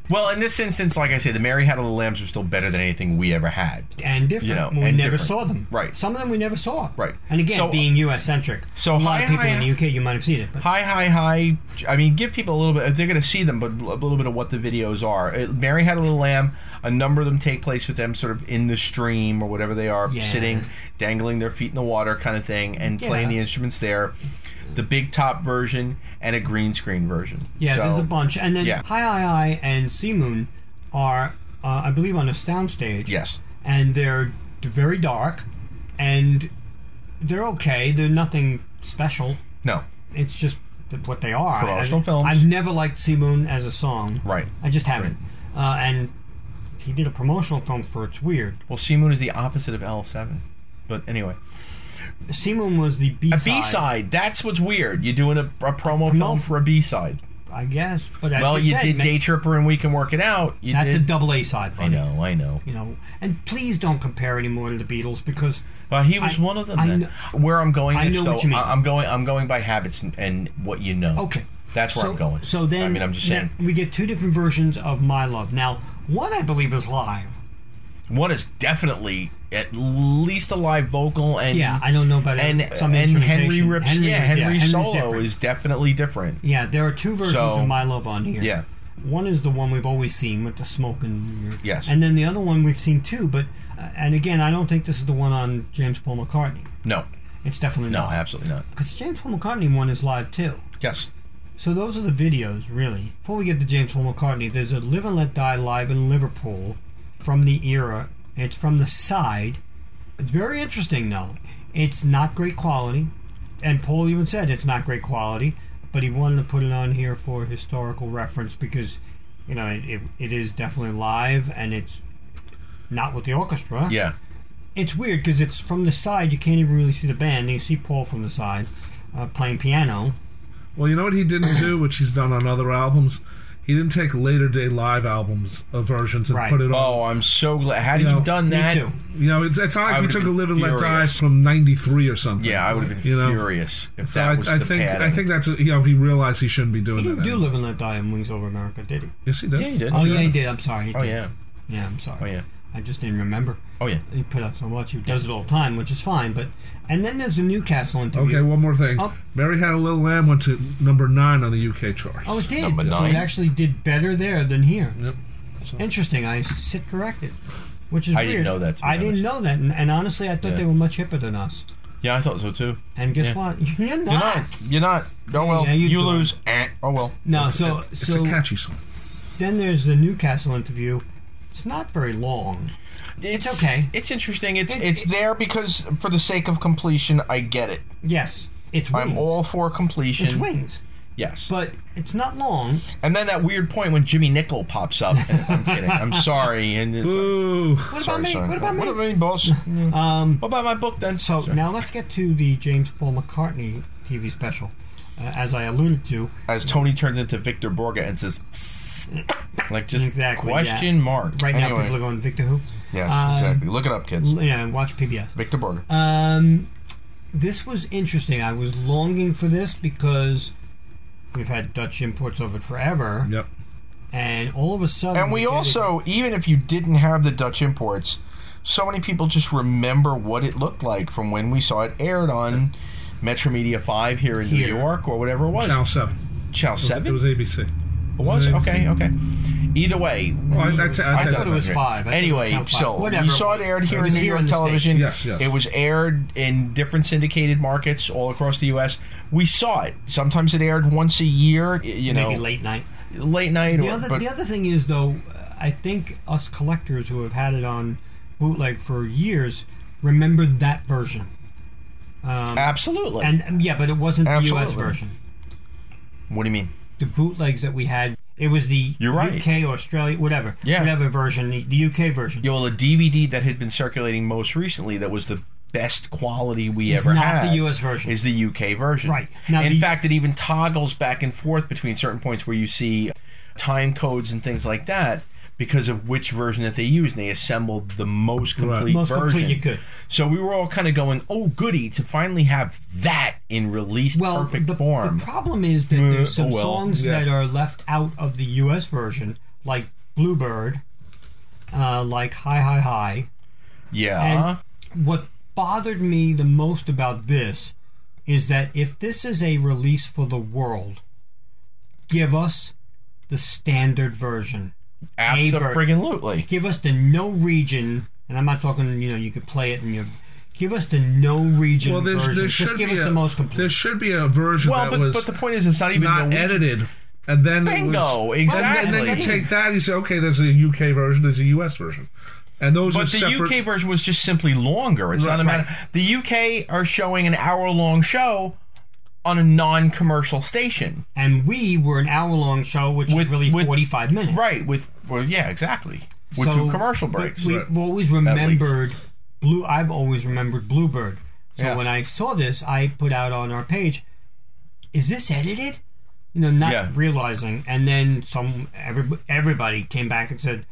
Speaker 3: Well, in this instance, like I said, the Mary Had a Little Lambs are still better than anything we ever had.
Speaker 2: and different.
Speaker 3: You know,
Speaker 2: when we
Speaker 3: and
Speaker 2: never
Speaker 3: different.
Speaker 2: saw them.
Speaker 3: Right.
Speaker 2: Some of them we never saw.
Speaker 3: Right.
Speaker 2: And again,
Speaker 3: So- uh,
Speaker 2: being U.S. centric.
Speaker 3: So
Speaker 2: a lot
Speaker 3: Hi
Speaker 2: of people
Speaker 3: Hi-
Speaker 2: in the U.K. you might have seen it. But
Speaker 3: Hi, hi, hi. I mean, give people a little bit. They're going to see them, but a little bit of what the videos are. Uh, Mary had a little lamb. A number of them take place with them, sort of in the stream or whatever they are,
Speaker 2: Yeah.
Speaker 3: sitting, dangling their feet in the water, kind of thing, and playing
Speaker 2: Yeah.
Speaker 3: the instruments there. The big top version and a green screen version.
Speaker 2: Yeah,
Speaker 3: So-
Speaker 2: there's a bunch, and then
Speaker 3: yeah.
Speaker 2: Hi Hi Hi and Sea Moon are, uh, I believe, on a soundstage.
Speaker 3: Yes.
Speaker 2: and they're d- very dark, and they're okay. They're nothing special.
Speaker 3: No.
Speaker 2: It's just th- what they are.
Speaker 3: Promotional
Speaker 2: I-
Speaker 3: films.
Speaker 2: I've never liked Sea Moon as a song.
Speaker 3: Right.
Speaker 2: I just haven't. Uh, and he did a promotional film for It's Weird.
Speaker 3: Well, Sea Moon is the opposite of L7. But anyway.
Speaker 2: Sea Moon was the B
Speaker 3: A
Speaker 2: side.
Speaker 3: B side. That's what's weird. You're doing a, a promo film for a B side.
Speaker 2: I guess. But as
Speaker 3: Well, you
Speaker 2: said,
Speaker 3: did
Speaker 2: man,
Speaker 3: Day Tripper and We Can Work It Out. You
Speaker 2: That's
Speaker 3: did.
Speaker 2: a double A side,
Speaker 3: I
Speaker 2: buddy.
Speaker 3: know, I know.
Speaker 2: You know, and please don't compare anymore to the Beatles because
Speaker 3: Well, he was
Speaker 2: I-
Speaker 3: one of them.
Speaker 2: I
Speaker 3: then.
Speaker 2: kn-
Speaker 3: where I'm going,
Speaker 2: I
Speaker 3: next,
Speaker 2: know what
Speaker 3: though,
Speaker 2: you mean.
Speaker 3: I- I'm going. I'm going by habits and, and what you know.
Speaker 2: Okay.
Speaker 3: that's where
Speaker 2: so,
Speaker 3: I'm going.
Speaker 2: So then,
Speaker 3: I mean, I'm just saying.
Speaker 2: then we get two different versions of My Love. Now, one I believe is live.
Speaker 3: One is definitely at least a live vocal, and
Speaker 2: Yeah, I don't know about
Speaker 3: and
Speaker 2: it. some
Speaker 3: and Henry
Speaker 2: instrumentation.
Speaker 3: Rips. yeah,
Speaker 2: is-
Speaker 3: Henry
Speaker 2: Henry's
Speaker 3: solo
Speaker 2: different.
Speaker 3: is definitely different.
Speaker 2: Yeah, there are two versions
Speaker 3: So-
Speaker 2: of My Love on here.
Speaker 3: Yeah.
Speaker 2: One is the one we've always seen with the smoke and
Speaker 3: Yes.
Speaker 2: and then the other one we've seen too. But uh, and again, I don't think this is the one on James Paul McCartney.
Speaker 3: No,
Speaker 2: It's definitely
Speaker 3: no,
Speaker 2: not.
Speaker 3: absolutely not.
Speaker 2: Because James Paul McCartney one is live too.
Speaker 3: Yes,
Speaker 2: So those are the videos, really. Before we get to James Paul McCartney, there's a Live and Let Die live in Liverpool from the era. It's from the side, It's very interesting, though. It's not great quality, and Paul even said it's not great quality, but he wanted to put it on here for historical reference because, you know, it, it, it is definitely live and it's not with the orchestra.
Speaker 3: Yeah.
Speaker 2: It's weird because it's from the side. You can't even really see the band. and You see Paul from the side uh, playing piano.
Speaker 4: Well, you know what he didn't do, which he's done on other albums. He didn't take later day live albums uh, versions and
Speaker 2: Right.
Speaker 4: put it on.
Speaker 3: Oh, I'm so glad. Had
Speaker 4: No,
Speaker 3: he done
Speaker 2: Me
Speaker 3: that?
Speaker 2: too.
Speaker 4: You know, it's, it's not
Speaker 3: Oh. I
Speaker 4: like he
Speaker 3: would've
Speaker 4: took a
Speaker 3: been
Speaker 4: live and let die
Speaker 3: furious.
Speaker 4: from '93 or something.
Speaker 3: Yeah, I would have been
Speaker 4: You know?
Speaker 3: furious if
Speaker 4: So
Speaker 3: that
Speaker 4: I,
Speaker 3: was
Speaker 4: I
Speaker 3: the
Speaker 4: think
Speaker 3: padding.
Speaker 4: I think that's you know he realized he shouldn't be doing
Speaker 2: He
Speaker 4: that.
Speaker 2: didn't do
Speaker 4: anymore.
Speaker 2: Live and Let Die in Wings Over America, did he?
Speaker 4: Yes, he did.
Speaker 3: Yeah, he did.
Speaker 2: Oh,
Speaker 3: sure.
Speaker 2: yeah, he did. I'm sorry. He
Speaker 3: Oh
Speaker 2: did.
Speaker 3: yeah.
Speaker 2: Yeah, I'm sorry.
Speaker 3: Oh yeah.
Speaker 2: I just didn't remember.
Speaker 3: Oh yeah.
Speaker 2: He put out so much. He does it all the time, which is fine. But and then there's the Newcastle interview.
Speaker 4: Okay, one more thing.
Speaker 2: Oh.
Speaker 4: Mary Had a Little Lamb went to number nine on the UK chart.
Speaker 2: Oh, it did.
Speaker 3: Number
Speaker 2: So
Speaker 3: nine.
Speaker 2: it actually did better there than here.
Speaker 4: Yep. So-
Speaker 2: Interesting. I sit corrected, which is
Speaker 3: I
Speaker 2: weird.
Speaker 3: didn't know that, to be
Speaker 2: I didn't
Speaker 3: honest.
Speaker 2: know that, and, and honestly, I thought
Speaker 3: Yeah.
Speaker 2: they were much hipper than us.
Speaker 3: Yeah, I thought so too.
Speaker 2: And guess
Speaker 3: Yeah.
Speaker 2: what? You're
Speaker 5: You're
Speaker 2: not.
Speaker 5: not. You're not. Oh well.
Speaker 2: Yeah, you
Speaker 5: you
Speaker 2: do.
Speaker 5: lose. Eh. Oh well.
Speaker 2: No. so
Speaker 4: it's
Speaker 2: so
Speaker 4: a catchy song.
Speaker 2: then there's the Newcastle interview. It's not very long. It's okay.
Speaker 3: It's interesting. It's
Speaker 5: It's
Speaker 3: it's
Speaker 5: there because for the sake of completion, I get it.
Speaker 2: Yes, it's wings.
Speaker 5: I'm all for
Speaker 2: it's
Speaker 5: completion.
Speaker 2: wings,
Speaker 3: yes.
Speaker 2: but it's not long.
Speaker 3: and then that weird point when Jimmy Nickel pops up. And I'm kidding. I'm sorry. And it's like,
Speaker 4: Boo!
Speaker 2: What
Speaker 5: Sorry,
Speaker 2: about me?
Speaker 5: sorry.
Speaker 2: What about me?
Speaker 5: What about me, boss?
Speaker 2: Um,
Speaker 3: what about my book then?
Speaker 2: so
Speaker 3: Sorry.
Speaker 2: now let's get to the James Paul McCartney TV special. Uh, as I alluded to,
Speaker 3: as Tony turns into Victor Borga and says, "Psst," like just
Speaker 2: Exactly,
Speaker 3: question mark.
Speaker 2: right now
Speaker 5: Anyway.
Speaker 2: people are going Victor who?
Speaker 5: Yes,
Speaker 2: Um,
Speaker 5: exactly. Look it up, kids.
Speaker 2: L- Yeah, watch PBS.
Speaker 5: Victor Berger.
Speaker 2: Um, this was interesting. I was longing for this because we've had Dutch imports of it forever,
Speaker 4: Yep.
Speaker 2: and all of a sudden,
Speaker 5: And we
Speaker 2: Oh, did it-
Speaker 5: also, even if you didn't have the Dutch imports, so many people just remember what it looked like from when we saw it aired on Metro Media 5 here in
Speaker 2: Here.
Speaker 5: New York or whatever it was.
Speaker 4: Channel Seven.
Speaker 3: Chow
Speaker 4: It
Speaker 3: seven.
Speaker 4: was ABC.
Speaker 3: It was
Speaker 4: it was
Speaker 3: okay. Okay. Either way,
Speaker 4: Well, I, I, ta- I,
Speaker 2: I
Speaker 4: take
Speaker 2: thought it
Speaker 4: that
Speaker 2: was
Speaker 4: back.
Speaker 2: five. I think it was
Speaker 5: Anyway,
Speaker 2: Channel five.
Speaker 5: so
Speaker 2: Whatever
Speaker 5: we saw it
Speaker 2: was.
Speaker 5: aired here in
Speaker 2: was
Speaker 5: New York
Speaker 2: in the States.
Speaker 5: television.
Speaker 4: Yes, yes.
Speaker 5: It was aired in different syndicated markets all across the U.S. We saw it. Sometimes it aired once a year, y- you know,
Speaker 2: Maybe late night.
Speaker 5: late night.
Speaker 2: The
Speaker 5: Or,
Speaker 2: other,
Speaker 5: but
Speaker 2: the other thing is, though, I think us collectors who have had it on bootleg for years remember that version. Um,
Speaker 5: absolutely.
Speaker 2: and um, yeah, but it wasn't the U.S.
Speaker 5: Absolutely.
Speaker 2: version.
Speaker 5: what do you mean?
Speaker 2: The bootlegs that we had, it was the
Speaker 3: You're right.
Speaker 2: UK or Australia, whatever,
Speaker 3: Yeah.
Speaker 2: whatever version, the, the UK version.
Speaker 3: yo, the DVD that had been circulating most recently that was the best quality we
Speaker 2: It's
Speaker 3: ever
Speaker 2: not
Speaker 3: had.
Speaker 2: the US version.
Speaker 3: Is the UK version.
Speaker 2: Right. Now
Speaker 3: in
Speaker 2: the-
Speaker 3: fact, it even toggles back and forth between certain points where you see time codes and things like that because of which version that they used. And they assembled the most complete
Speaker 2: Most
Speaker 3: version.
Speaker 2: complete you could.
Speaker 3: So we were all kind of going, oh, goody, to finally have that in released
Speaker 2: well,
Speaker 3: perfect
Speaker 2: the,
Speaker 3: form.
Speaker 2: the problem is that there's some
Speaker 3: oh, well,
Speaker 2: songs
Speaker 4: yeah.
Speaker 2: that are left out of the U.S. version, like Bluebird, uh, like Hi Hi Hi.
Speaker 3: yeah.
Speaker 2: what bothered me the most about this is that if this is a release for the world, give us the standard version. Aver-
Speaker 3: Absolutely.
Speaker 2: Give us the no region, and I'm not talking. You know, you could play it and you give us the no region
Speaker 4: Well, there's,
Speaker 2: version.
Speaker 4: there should
Speaker 2: Just give
Speaker 4: be
Speaker 2: us
Speaker 4: a,
Speaker 2: the most
Speaker 4: There
Speaker 2: complete.
Speaker 4: should be a version
Speaker 3: Well,
Speaker 4: that
Speaker 3: but,
Speaker 4: was
Speaker 3: but the point is, it's not even
Speaker 4: not
Speaker 3: Norwegian.
Speaker 4: edited, and then it
Speaker 3: Bingo,
Speaker 4: was,
Speaker 3: exactly.
Speaker 4: And, then- and then you take that and you say, okay, there's a UK version, there's a US version, and those are
Speaker 3: But the
Speaker 4: separate.
Speaker 3: UK version was just simply longer. It's not a matter. The UK are showing an hour long show on a non commercial station.
Speaker 2: And we were an hour long show, which is
Speaker 3: With-
Speaker 2: really
Speaker 3: with-
Speaker 2: 45 minutes.
Speaker 3: Right, with, well, yeah, exactly. With
Speaker 2: So,
Speaker 3: two commercial
Speaker 2: but
Speaker 3: breaks. uh,
Speaker 2: We've
Speaker 4: Right.
Speaker 2: always remembered blue. I've always remembered Bluebird. So
Speaker 3: Yeah.
Speaker 2: when I saw this, I put out on our page, "Is this edited?" You know, not
Speaker 3: Yeah.
Speaker 2: realizing. And then some. Every, everybody came back and said,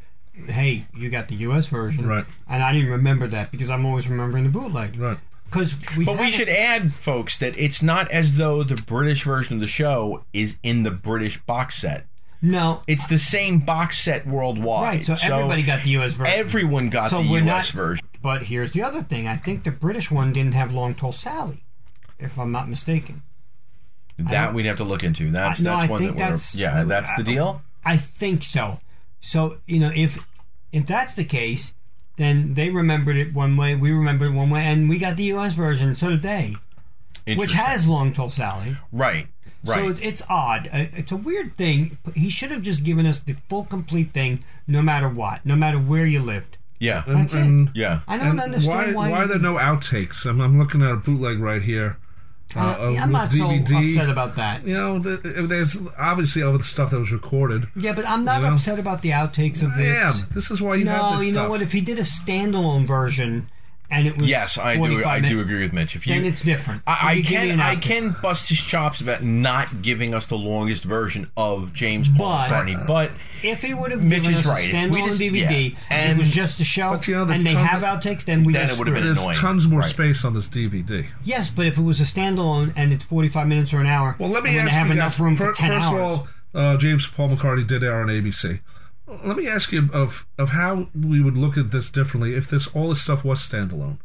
Speaker 2: "Hey, you got the U.S. version."
Speaker 4: Right.
Speaker 2: And I didn't remember that because I'm always remembering the bootleg.
Speaker 4: Right.
Speaker 2: Because we.
Speaker 3: But we
Speaker 2: haven't-
Speaker 3: should add, folks, that it's not as though the British version of the show is in the British box set.
Speaker 2: No.
Speaker 3: It's the same box set worldwide.
Speaker 2: Right. So, everybody got the U.S. version.
Speaker 3: everyone got
Speaker 2: So
Speaker 3: the
Speaker 2: we're
Speaker 3: US
Speaker 2: not-
Speaker 3: version.
Speaker 2: but here's the other thing. I think the British one didn't have Long Tall Sally, if I'm not mistaken.
Speaker 3: That we'd have to look into. That's
Speaker 2: I- no,
Speaker 3: that's
Speaker 2: I
Speaker 3: one
Speaker 2: think
Speaker 3: that we're
Speaker 2: that's-
Speaker 3: yeah. That's the deal.
Speaker 2: I think so. So you know, if if that's the case, then they remembered it one way, we remembered it one way, and we got the U.S. version. So did they, which
Speaker 3: Interesting.
Speaker 2: has Long Tall Sally.
Speaker 3: right, right.
Speaker 2: So it's, it's odd. Uh, It's a weird thing. He should have just given us the full, complete thing, no matter what, no matter where you lived.
Speaker 3: Yeah.
Speaker 2: That's it.
Speaker 4: And-
Speaker 3: Yeah.
Speaker 2: I
Speaker 4: And
Speaker 2: don't understand
Speaker 4: why,
Speaker 2: why.
Speaker 4: are there no outtakes? I'm, I'm looking at a bootleg right here. Uh,
Speaker 2: Uh,
Speaker 4: of
Speaker 2: I'm not so
Speaker 4: DVD.
Speaker 2: upset about that.
Speaker 4: You know, the, there's obviously all the stuff that was recorded.
Speaker 2: Yeah, but I'm not
Speaker 4: You know?
Speaker 2: upset about the outtakes of this.
Speaker 4: Damn, this is why you have
Speaker 2: no,
Speaker 4: this
Speaker 2: you know
Speaker 4: stuff.
Speaker 2: what? If he did a standalone version, and it was
Speaker 3: Yes, I
Speaker 2: 45
Speaker 3: do. I do
Speaker 2: minutes,
Speaker 3: agree with Mitch. If you,
Speaker 2: Then it's different.
Speaker 3: I, I
Speaker 2: You give me an
Speaker 3: can I
Speaker 2: outtake.
Speaker 3: can bust his chops about not giving us the longest version of James Paul
Speaker 2: But-
Speaker 3: McCartney, but
Speaker 2: If he would have
Speaker 3: Mitch
Speaker 2: given
Speaker 3: is
Speaker 2: us
Speaker 3: right.
Speaker 2: a
Speaker 3: If we
Speaker 2: standalone
Speaker 3: just-
Speaker 2: DVD,
Speaker 3: yeah.
Speaker 2: and
Speaker 3: And-
Speaker 2: it was just a show,
Speaker 4: But, you know, there's
Speaker 2: and they
Speaker 4: tons
Speaker 2: have
Speaker 4: of-
Speaker 2: outtakes, then we
Speaker 3: Then
Speaker 2: got
Speaker 3: it would have been
Speaker 2: screwed.
Speaker 4: there's
Speaker 3: annoying.
Speaker 4: tons more
Speaker 3: Right.
Speaker 4: space on this DVD.
Speaker 2: Yes, but if it was a standalone and it's 45 minutes or an hour,
Speaker 4: Well, let me
Speaker 2: and
Speaker 4: ask
Speaker 2: have
Speaker 4: you
Speaker 2: enough
Speaker 4: guys,
Speaker 2: room for
Speaker 4: fir-
Speaker 2: 10
Speaker 4: first
Speaker 2: hours.
Speaker 4: of all, uh, James Paul McCartney did air on ABC. Let me ask you of of how we would look at this differently if this all this stuff was standalone.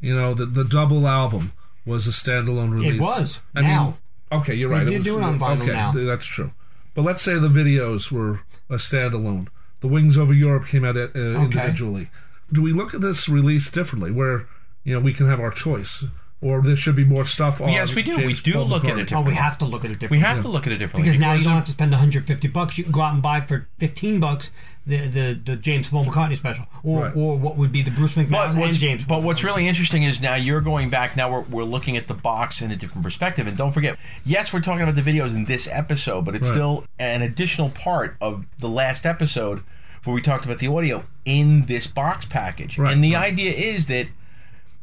Speaker 4: You know, the the double album was a standalone release.
Speaker 2: was, now.
Speaker 4: mean, okay, you're right.
Speaker 2: do
Speaker 4: was-
Speaker 2: do it on vinyl
Speaker 4: okay,
Speaker 2: now.
Speaker 4: th- that's true. But let's say the videos were a standalone. The Wings Over Europe came out uh, individually. Do we look at this release differently, where you know we can have our choice, or there should be more stuff? on
Speaker 3: Yes, we do. We
Speaker 4: James
Speaker 3: do
Speaker 4: Paul
Speaker 3: look at it
Speaker 4: McCartney?
Speaker 3: differently.
Speaker 2: oh, we have to look at it differently.
Speaker 3: we have to look at it differently.
Speaker 2: because now you don't have to spend 150 bucks. You can go out and buy for 15 bucks the the, the James Paul McCartney special, or
Speaker 4: Right.
Speaker 2: or what would be the Bruce
Speaker 3: But
Speaker 2: McMahon and
Speaker 3: what's,
Speaker 2: James.
Speaker 3: but
Speaker 2: Paul.
Speaker 3: what's really interesting is now you're going back. Now we're, we're looking at the box in a different perspective. And don't forget, yes, we're talking about the videos in this episode, but it's
Speaker 4: Right.
Speaker 3: still an additional part of the last episode where we talked about the audio in this box package.
Speaker 4: Right,
Speaker 3: and the
Speaker 4: right.
Speaker 3: idea is that,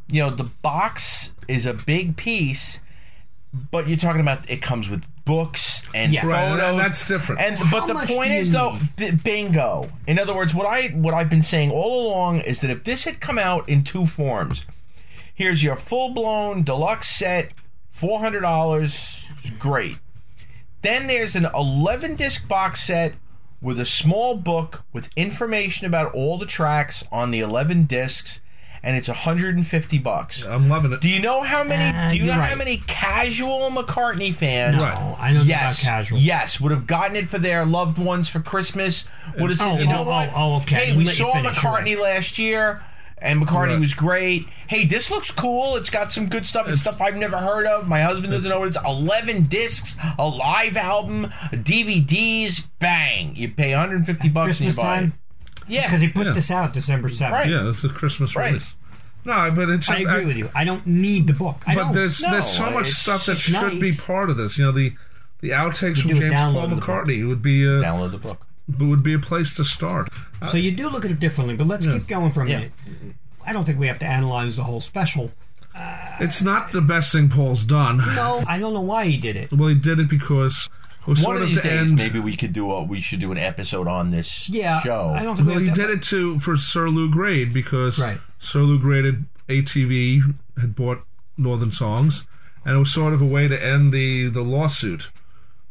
Speaker 3: you know, the box is a big piece, but you're talking about it comes with books and
Speaker 2: Yeah.
Speaker 4: Right, and
Speaker 3: photos.
Speaker 4: that's different.
Speaker 3: And
Speaker 2: How
Speaker 3: but the
Speaker 2: much
Speaker 3: point
Speaker 2: do you
Speaker 3: is though, b- bingo. In other words, what I what I've been saying all along is that if this had come out in two forms, here's your full blown deluxe set, four hundred dollars, great. Then there's an eleven disc box set with a small book with information about all the tracks on the eleven discs, and it's hundred and fifty bucks.
Speaker 4: I'm loving it.
Speaker 3: Do you know how many?
Speaker 2: Uh,
Speaker 3: do you
Speaker 2: you're
Speaker 3: know how
Speaker 2: right.
Speaker 3: many casual McCartney fans?
Speaker 4: Right.
Speaker 2: oh, I know
Speaker 3: Yes,
Speaker 2: about casual.
Speaker 3: yes, would have gotten it for their loved ones for Christmas. Would have said,
Speaker 2: Oh,
Speaker 3: you
Speaker 2: oh,
Speaker 3: know what?
Speaker 2: oh, oh, okay.
Speaker 3: Hey, we
Speaker 2: Let you
Speaker 3: saw
Speaker 2: finish, you're
Speaker 3: McCartney last year, and McCartney
Speaker 4: Right.
Speaker 3: was great. Hey, this looks cool. It's got some good stuff. It's,
Speaker 4: It's-
Speaker 3: stuff I've never heard of. My husband doesn't know what it's. Eleven discs, a live album, DVDs. Bang! You pay 150 bucks
Speaker 2: Christmas
Speaker 3: and you buy
Speaker 2: time
Speaker 3: it. Yeah,
Speaker 2: because he put
Speaker 4: Yeah.
Speaker 2: this out December 7th.
Speaker 3: Right.
Speaker 4: Yeah, it's a Christmas
Speaker 3: Right.
Speaker 4: release. No, but it's
Speaker 2: I
Speaker 4: just, uh,
Speaker 2: agree with you. I don't need the book. I
Speaker 4: But
Speaker 2: don't.
Speaker 4: there's
Speaker 3: no,
Speaker 4: there's so much
Speaker 3: it's-
Speaker 4: stuff that
Speaker 2: it's
Speaker 4: should be
Speaker 2: nice.
Speaker 4: part of this. You know the the outtakes from
Speaker 2: do a
Speaker 4: James Paul
Speaker 2: download of the book.
Speaker 4: McCartney would be a,
Speaker 3: download the book.
Speaker 4: would be a place to start.
Speaker 2: so you do look at it differently. But let's keep going for a
Speaker 3: Yeah.
Speaker 2: minute. I don't think we have to analyze the whole special.
Speaker 4: It's not the best thing Paul's done.
Speaker 2: No, I don't know why he did it.
Speaker 4: Well, he did it because it was
Speaker 3: One
Speaker 4: sort
Speaker 3: of
Speaker 4: of
Speaker 3: these
Speaker 4: to
Speaker 3: days,
Speaker 4: end.
Speaker 3: maybe we could do a we should do an episode on this
Speaker 2: Yeah,
Speaker 3: show.
Speaker 2: I don't think
Speaker 4: Well,
Speaker 2: we
Speaker 4: he
Speaker 2: have to-
Speaker 4: did it to for Sir Lou Grade because
Speaker 2: Right.
Speaker 4: Sir Lou Grade had ATV had bought Northern Songs, and it was sort of a way to end the the lawsuit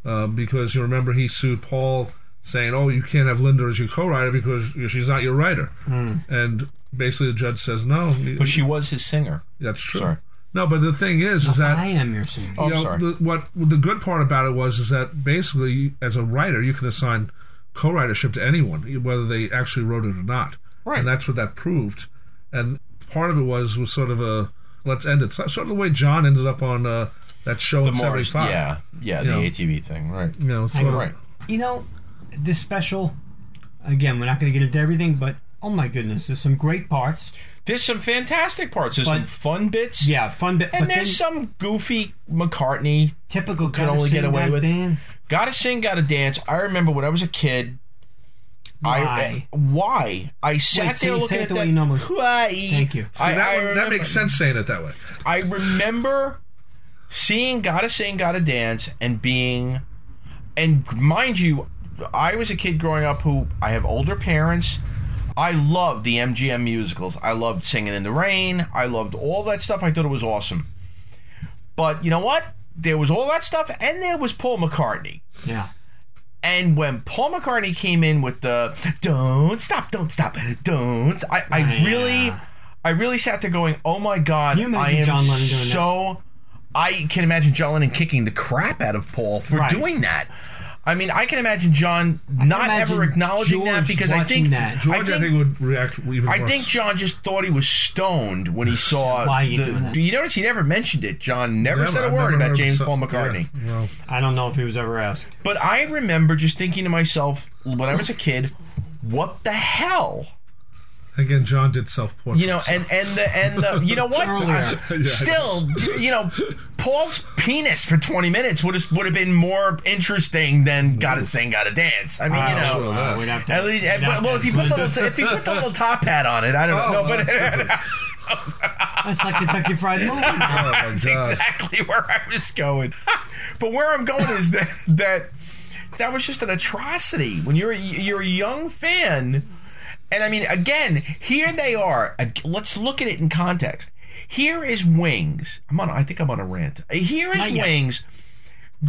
Speaker 4: uh, because you remember he sued Paul saying, "Oh, you can't have Linda as your co-writer because you know, she's not your writer," and basically the judge says, "No, you-
Speaker 3: But she was his singer.
Speaker 4: that's true."
Speaker 3: Sorry.
Speaker 4: No, but the thing is, is that
Speaker 2: I am your senior.
Speaker 3: Oh,
Speaker 4: you know,
Speaker 3: sorry.
Speaker 4: The, what the good part about it was is that basically, as a writer, you can assign co-writership to anyone, whether they actually wrote it or not.
Speaker 3: Right.
Speaker 4: And that's what that proved. And part of it was was sort of a let's end it. So- Sort of the way John ended up on uh, that show in
Speaker 3: Mars,
Speaker 4: '75.
Speaker 3: yeah, yeah,
Speaker 4: You know.
Speaker 3: the ATV thing, right?
Speaker 4: You know, sort of-
Speaker 3: Right.
Speaker 2: You know, this special, again, we're not going to get into everything, but oh my goodness, there's some great parts.
Speaker 3: There's some fantastic parts. There's some
Speaker 2: But-
Speaker 3: fun bits.
Speaker 2: Yeah, fun bit.
Speaker 3: And
Speaker 2: but
Speaker 3: there's
Speaker 2: then
Speaker 3: some goofy McCartney.
Speaker 2: typical
Speaker 3: could
Speaker 2: kind
Speaker 3: only
Speaker 2: of
Speaker 3: get away with-
Speaker 2: dance.
Speaker 3: Gotta sing, gotta dance. I remember when I was a kid.
Speaker 2: Why?
Speaker 3: I, why? I sat
Speaker 2: Wait, say-
Speaker 3: there
Speaker 2: say
Speaker 3: looking
Speaker 2: it
Speaker 3: at
Speaker 2: the
Speaker 3: that.
Speaker 2: way you normally-
Speaker 3: Why?
Speaker 2: Thank you.
Speaker 4: See,
Speaker 3: I, I
Speaker 4: that, one- that
Speaker 3: remember-
Speaker 4: makes sense saying it that way.
Speaker 3: I remember seeing Gotta Sing, Gotta Dance and being. And mind you, I was a kid growing up who I have older parents. I loved the MGM musicals. I loved Singing in the Rain. I loved all that stuff. I thought it was awesome. But you know what? There was all that stuff, and there was Paul McCartney.
Speaker 2: Yeah.
Speaker 3: And when Paul McCartney came in with the "Don't stop, don't stop, don't," I, I
Speaker 2: Yeah.
Speaker 3: really, I really sat there going, "Oh my God,
Speaker 2: Can you
Speaker 3: I
Speaker 2: imagine
Speaker 3: am
Speaker 2: John Lennon doing that?
Speaker 3: so." I can imagine John Lennon kicking the crap out of Paul for
Speaker 2: Right.
Speaker 3: doing that. I mean, I can imagine John not
Speaker 2: imagine
Speaker 3: ever acknowledging that
Speaker 2: George
Speaker 3: because I
Speaker 2: watching
Speaker 3: think
Speaker 2: that.
Speaker 4: George,
Speaker 3: I
Speaker 4: I
Speaker 3: think,
Speaker 4: think would react even
Speaker 3: I
Speaker 4: worse.
Speaker 3: think John just thought he was stoned when he saw.
Speaker 2: Why are you
Speaker 3: the,
Speaker 2: doing that?
Speaker 3: Do you notice he never mentioned it? John never, said a
Speaker 4: I've
Speaker 3: word
Speaker 4: never
Speaker 3: about
Speaker 4: heard
Speaker 3: James
Speaker 4: so-
Speaker 3: Paul McCartney.
Speaker 4: Yeah, well,
Speaker 2: I don't know if he was ever asked.
Speaker 3: But I remember just thinking to myself when I was a kid, what the hell?
Speaker 4: Again, John did self portrait.
Speaker 3: You know, and and the and the you know what?
Speaker 2: Earlier.
Speaker 4: Oh, Yeah.
Speaker 3: Still, you know, Paul's penis for twenty minutes would have would have been more interesting than "Gotta Sing, Gotta Dance." I mean, you
Speaker 4: Wow.
Speaker 3: know,
Speaker 4: Wow.
Speaker 2: Oh, we'd have to,
Speaker 3: at least
Speaker 2: we'd
Speaker 3: at,
Speaker 2: have
Speaker 3: well,
Speaker 2: to
Speaker 3: if you put the
Speaker 2: include-
Speaker 3: little, if you put the little top hat on it, I don't
Speaker 4: Oh,
Speaker 3: know,
Speaker 4: well,
Speaker 3: but
Speaker 4: that's okay.
Speaker 2: It's like Kentucky Fried Movie.
Speaker 4: oh my
Speaker 3: That's
Speaker 4: god!
Speaker 3: exactly where I was going. but where I'm going is that that that was just an atrocity. When you're a, you're a young fan, and I mean, again, here they are. Ag- Let's look at it in context. Here is Wings. I'm on. I think I'm on a rant. Here is
Speaker 2: Not yet.
Speaker 3: Wings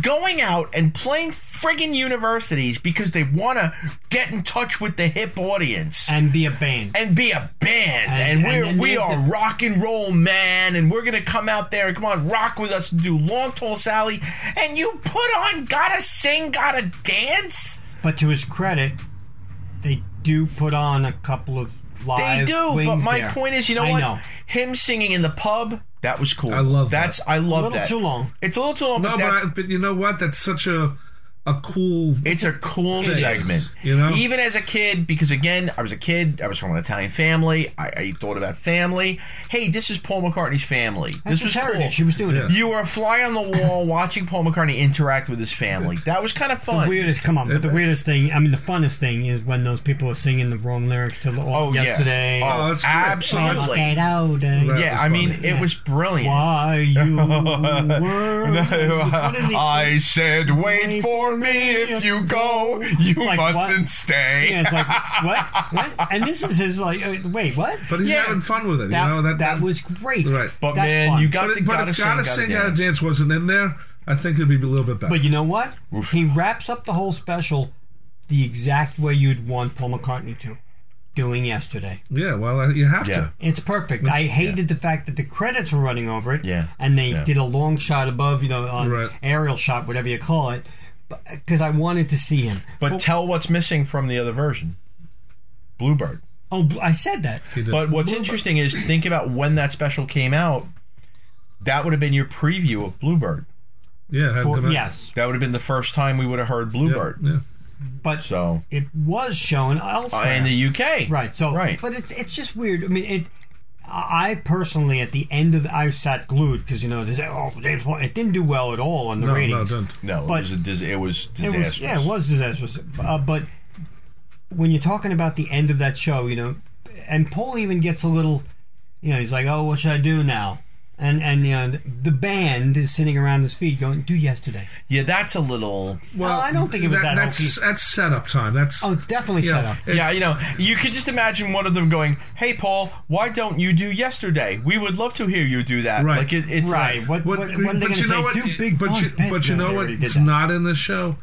Speaker 3: going out and playing friggin' universities because they want to get in touch with the hip audience
Speaker 2: and be a band.
Speaker 3: and be a band and,
Speaker 2: And-
Speaker 3: we're
Speaker 2: and then
Speaker 3: we
Speaker 2: live
Speaker 3: are
Speaker 2: the-
Speaker 3: rock and roll man and we're gonna come out there and come on rock with us and do long tall sally and you put on gotta sing gotta dance
Speaker 2: But to his credit, they do put on a couple of
Speaker 3: they
Speaker 2: live.
Speaker 3: do but
Speaker 2: wings
Speaker 3: my
Speaker 2: there.
Speaker 3: point is you know
Speaker 2: I
Speaker 3: what
Speaker 2: Know.
Speaker 3: him singing in the pub that was cool
Speaker 4: I love that.
Speaker 3: that's I
Speaker 2: A
Speaker 3: love
Speaker 2: little
Speaker 3: that
Speaker 2: too long.
Speaker 3: it's a little too long
Speaker 4: No,
Speaker 3: but
Speaker 4: but,
Speaker 3: that's
Speaker 4: I, but you know what? That's such a a cool.
Speaker 3: It's a cool
Speaker 4: is,
Speaker 3: segment,
Speaker 4: you know?
Speaker 3: Even as a kid, because again, I was a kid. I was from an Italian family. I, I thought about family. Hey, this is Paul McCartney's family.
Speaker 2: That's
Speaker 3: this
Speaker 2: his
Speaker 3: was
Speaker 2: heritage.
Speaker 3: cool.
Speaker 2: She was doing
Speaker 4: Yeah.
Speaker 2: it.
Speaker 3: You were a fly on the wall watching Paul McCartney interact with his family. That was kind of fun.
Speaker 2: The weirdest, come on, but the weirdest thing, I mean, the funnest thing is when those people are singing the wrong lyrics to the
Speaker 3: Oh,
Speaker 2: oh,
Speaker 3: yeah.
Speaker 2: yesterday.
Speaker 3: Oh,
Speaker 4: Oh, it's good.
Speaker 2: Look
Speaker 3: absolutely.
Speaker 2: at how they-
Speaker 4: Right.
Speaker 3: Yeah,
Speaker 4: It's
Speaker 3: I mean,
Speaker 4: funny.
Speaker 3: it was brilliant.
Speaker 2: Why you were. what is he
Speaker 3: I
Speaker 2: sing?
Speaker 3: said, wait
Speaker 2: Wait
Speaker 3: for me if you go. You
Speaker 2: Like, what?
Speaker 3: mustn't stay.
Speaker 2: Yeah, it's like, what? what? And this is his, like, uh, wait, what?
Speaker 4: But he's
Speaker 3: Yeah.
Speaker 4: having fun with it.
Speaker 2: That,
Speaker 4: you know
Speaker 2: that, was great.
Speaker 4: Right.
Speaker 3: But
Speaker 2: That's
Speaker 3: man,
Speaker 2: fun.
Speaker 3: you got
Speaker 4: But,
Speaker 3: to
Speaker 4: it, but
Speaker 3: gotta
Speaker 4: if
Speaker 3: sing,
Speaker 4: Gotta
Speaker 3: gotta
Speaker 4: Sing Gotta
Speaker 3: dance.
Speaker 4: Dance wasn't in there, I think it'd be a little bit better.
Speaker 2: But you know what? He wraps up the whole special the exact way you'd want Paul McCartney to, doing yesterday.
Speaker 4: yeah, well, I- you have
Speaker 3: Yeah.
Speaker 4: to.
Speaker 2: It's perfect. I hated the fact that the credits were running over it.
Speaker 3: Yeah.
Speaker 2: And they
Speaker 3: Yeah.
Speaker 2: did a long shot above, you know, on
Speaker 4: Right.
Speaker 2: aerial shot, whatever you call it, because I wanted to see him.
Speaker 3: But tell what's missing from the other version Bluebird.
Speaker 2: Oh, bl- I said that.
Speaker 4: He did.
Speaker 3: But what's interesting is think about when that special came out. That would have been your preview of Bluebird.
Speaker 4: yeah, it hadn't
Speaker 2: For-
Speaker 4: come out.
Speaker 2: yes,
Speaker 3: That would have been the first time we would have heard
Speaker 4: Yeah,
Speaker 3: Bluebird.
Speaker 4: yeah.
Speaker 2: but
Speaker 3: So uh,
Speaker 2: it was shown elsewhere.
Speaker 3: in the UK,
Speaker 2: Right. So,
Speaker 3: Right.
Speaker 2: But it's it's just weird. I mean, it. I I personally, at the end of, I sat glued because you know they say, oh, they- it didn't do well at all on the
Speaker 4: No, no,
Speaker 2: ratings. Oh,
Speaker 4: it didn't.
Speaker 3: No, it
Speaker 2: But-
Speaker 3: was a dis- it was
Speaker 2: it
Speaker 3: disastrous.
Speaker 2: was yeah, it was disastrous. Uh, but when you're talking about the end of that show, you know, and Paul even gets a little, you know, he's like, oh, what should I do now? And and you know, the band is sitting around his feet going, do yesterday.
Speaker 3: Yeah, that's a little.
Speaker 2: Well, I don't think it was that.
Speaker 4: that's
Speaker 2: hokey.
Speaker 4: that's setup time. That's
Speaker 2: oh, it's definitely
Speaker 4: yeah,
Speaker 2: set up.
Speaker 4: it's-
Speaker 3: yeah, you know, you could just imagine one of them going, "Hey, Paul, why don't you do yesterday? We would love to hear you do that."
Speaker 4: Right.
Speaker 3: Like it, it's
Speaker 2: Right. What, what,
Speaker 4: What,
Speaker 2: what, are they going
Speaker 4: but
Speaker 2: to
Speaker 4: you
Speaker 2: say?
Speaker 4: know what?
Speaker 2: do big
Speaker 4: but
Speaker 2: Bunk
Speaker 4: you,
Speaker 2: Bed."
Speaker 4: but you
Speaker 2: No,
Speaker 4: know
Speaker 2: they
Speaker 4: what?
Speaker 2: already did
Speaker 4: It's
Speaker 2: that.
Speaker 4: not in the show.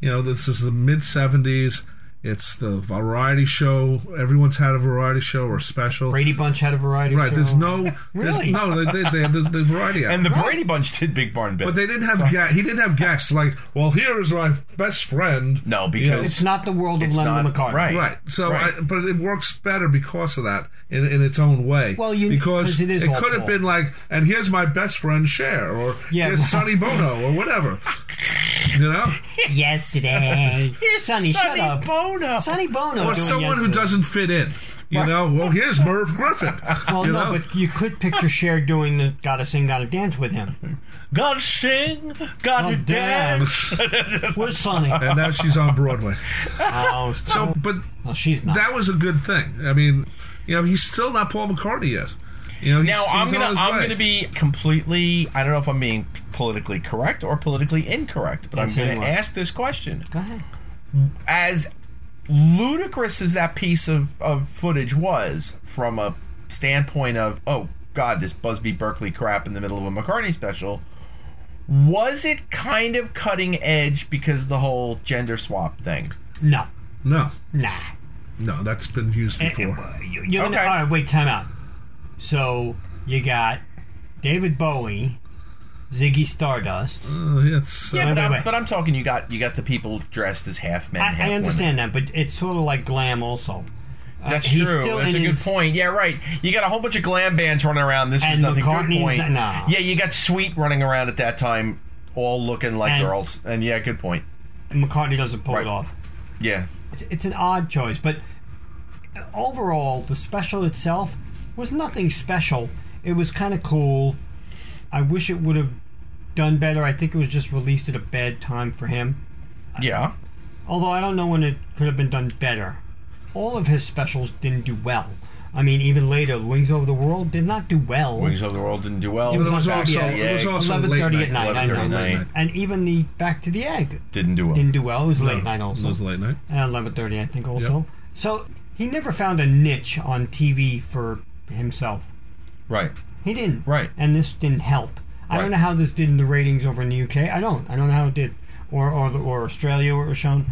Speaker 4: You know, this is the mid '70s. It's the variety show. Everyone's had a variety show or special.
Speaker 2: Brady Bunch had a variety.
Speaker 4: Right?
Speaker 2: show.
Speaker 4: There's no.
Speaker 2: Really?
Speaker 4: There's, no, they, they, they had the, the variety. act.
Speaker 3: And the Brady Bunch did Big Barn Bit.
Speaker 4: but they didn't have ga- he didn't have guests like well here is my best friend
Speaker 3: no,
Speaker 4: You know,
Speaker 3: because
Speaker 2: It's not the world of
Speaker 3: It's
Speaker 2: Lennon
Speaker 3: not-
Speaker 2: and McCartney.
Speaker 3: right.
Speaker 4: Right. So,
Speaker 3: Right.
Speaker 4: I, but it works better because of that in, in its own way.
Speaker 2: Well, you-
Speaker 4: because
Speaker 2: 'cause it is all
Speaker 4: could have
Speaker 2: Paul.
Speaker 4: been like, and here's my best friend Cher, or
Speaker 2: Yeah,
Speaker 4: here's
Speaker 2: well-
Speaker 4: Sonny Bono, or whatever. You know,
Speaker 2: Yesterday.
Speaker 3: Here's
Speaker 2: Sonny, shut
Speaker 3: Sonny
Speaker 2: up.
Speaker 3: Bono.
Speaker 2: Sonny Bono.
Speaker 4: or
Speaker 2: doing
Speaker 4: someone who
Speaker 2: yesterday.
Speaker 4: doesn't fit in. You know, well, here's Merv Griffin.
Speaker 2: Well,
Speaker 4: you
Speaker 2: no,
Speaker 4: know?
Speaker 2: but you could picture Cher doing the Gotta Sing, Gotta Dance with him.
Speaker 3: gotta sing, gotta
Speaker 2: Oh, damn.
Speaker 3: dance.
Speaker 2: Where's Sonny?
Speaker 4: and now she's on Broadway.
Speaker 2: Oh,
Speaker 4: So, but
Speaker 2: no, she's not.
Speaker 4: that was a good thing. I mean, you know, he's still not Paul McCartney yet. You know, he's,
Speaker 3: Now I'm
Speaker 4: he's on
Speaker 3: gonna
Speaker 4: his
Speaker 3: I'm
Speaker 4: way.
Speaker 3: gonna be completely I don't know if I'm being politically correct or politically incorrect, but I'm
Speaker 2: Don't say
Speaker 3: gonna
Speaker 2: what.
Speaker 3: ask this question.
Speaker 2: Go ahead.
Speaker 3: As ludicrous as that piece of, of footage was from a standpoint of oh god, this Busby Berkeley crap in the middle of a McCartney special, was it kind of cutting edge because of the whole gender swap thing?
Speaker 2: No.
Speaker 4: no,
Speaker 2: Nah.
Speaker 4: no, that's been used before.
Speaker 2: You, you're gonna,
Speaker 3: Okay.
Speaker 2: all right, wait, time out. So, you got David Bowie, Ziggy Stardust.
Speaker 4: Uh, it's, uh,
Speaker 3: Yeah,
Speaker 2: Wait,
Speaker 3: but,
Speaker 2: wait,
Speaker 3: I'm,
Speaker 2: wait.
Speaker 3: but I'm talking you got you got the people dressed as half men. half
Speaker 2: I, I
Speaker 3: women.
Speaker 2: understand that, but it's sort of like glam also.
Speaker 3: That's
Speaker 2: he's
Speaker 3: true.
Speaker 2: still
Speaker 3: That's a
Speaker 2: in
Speaker 3: good
Speaker 2: his-
Speaker 3: point. Yeah, right. You got a whole bunch of glam bands running around. This was
Speaker 2: And
Speaker 3: nothing. good
Speaker 2: McCartney's
Speaker 3: point.
Speaker 2: not- no.
Speaker 3: Yeah, you got Sweet running around at that time, all looking like
Speaker 2: And-
Speaker 3: girls. And yeah, good point.
Speaker 2: McCartney doesn't pull
Speaker 3: Right.
Speaker 2: it off.
Speaker 3: Yeah,
Speaker 2: It's, it's an odd choice, but overall, the special itself was nothing special. It was kind of cool. I wish it would have done better. I think it was just released at a bad time for him.
Speaker 6: Yeah.
Speaker 2: Although I don't know when it could have been done better. All of his specials didn't do well. I mean, even later, Wings Over the World did not do well.
Speaker 6: Wings of the World didn't do well.
Speaker 2: It was
Speaker 4: But it was
Speaker 2: not
Speaker 4: also,
Speaker 2: bad.
Speaker 4: it was
Speaker 6: Yeah,
Speaker 4: also
Speaker 2: Eleven
Speaker 4: late
Speaker 2: thirty
Speaker 4: night.
Speaker 2: at night. I know.
Speaker 6: 11:30 at night.
Speaker 2: And even the Back to the Egg
Speaker 6: Didn't do well.
Speaker 2: didn't do well. It was late
Speaker 4: No,
Speaker 2: night also.
Speaker 4: It was late night.
Speaker 2: and eleven thirty, I think, also. So he never found a niche on TV for himself.
Speaker 6: Right.
Speaker 2: He didn't.
Speaker 6: Right.
Speaker 2: And this didn't help. I
Speaker 6: Right.
Speaker 2: don't know how this did in the ratings over in the UK. I don't. I don't know how it did, or or, the, or Australia where it was shown,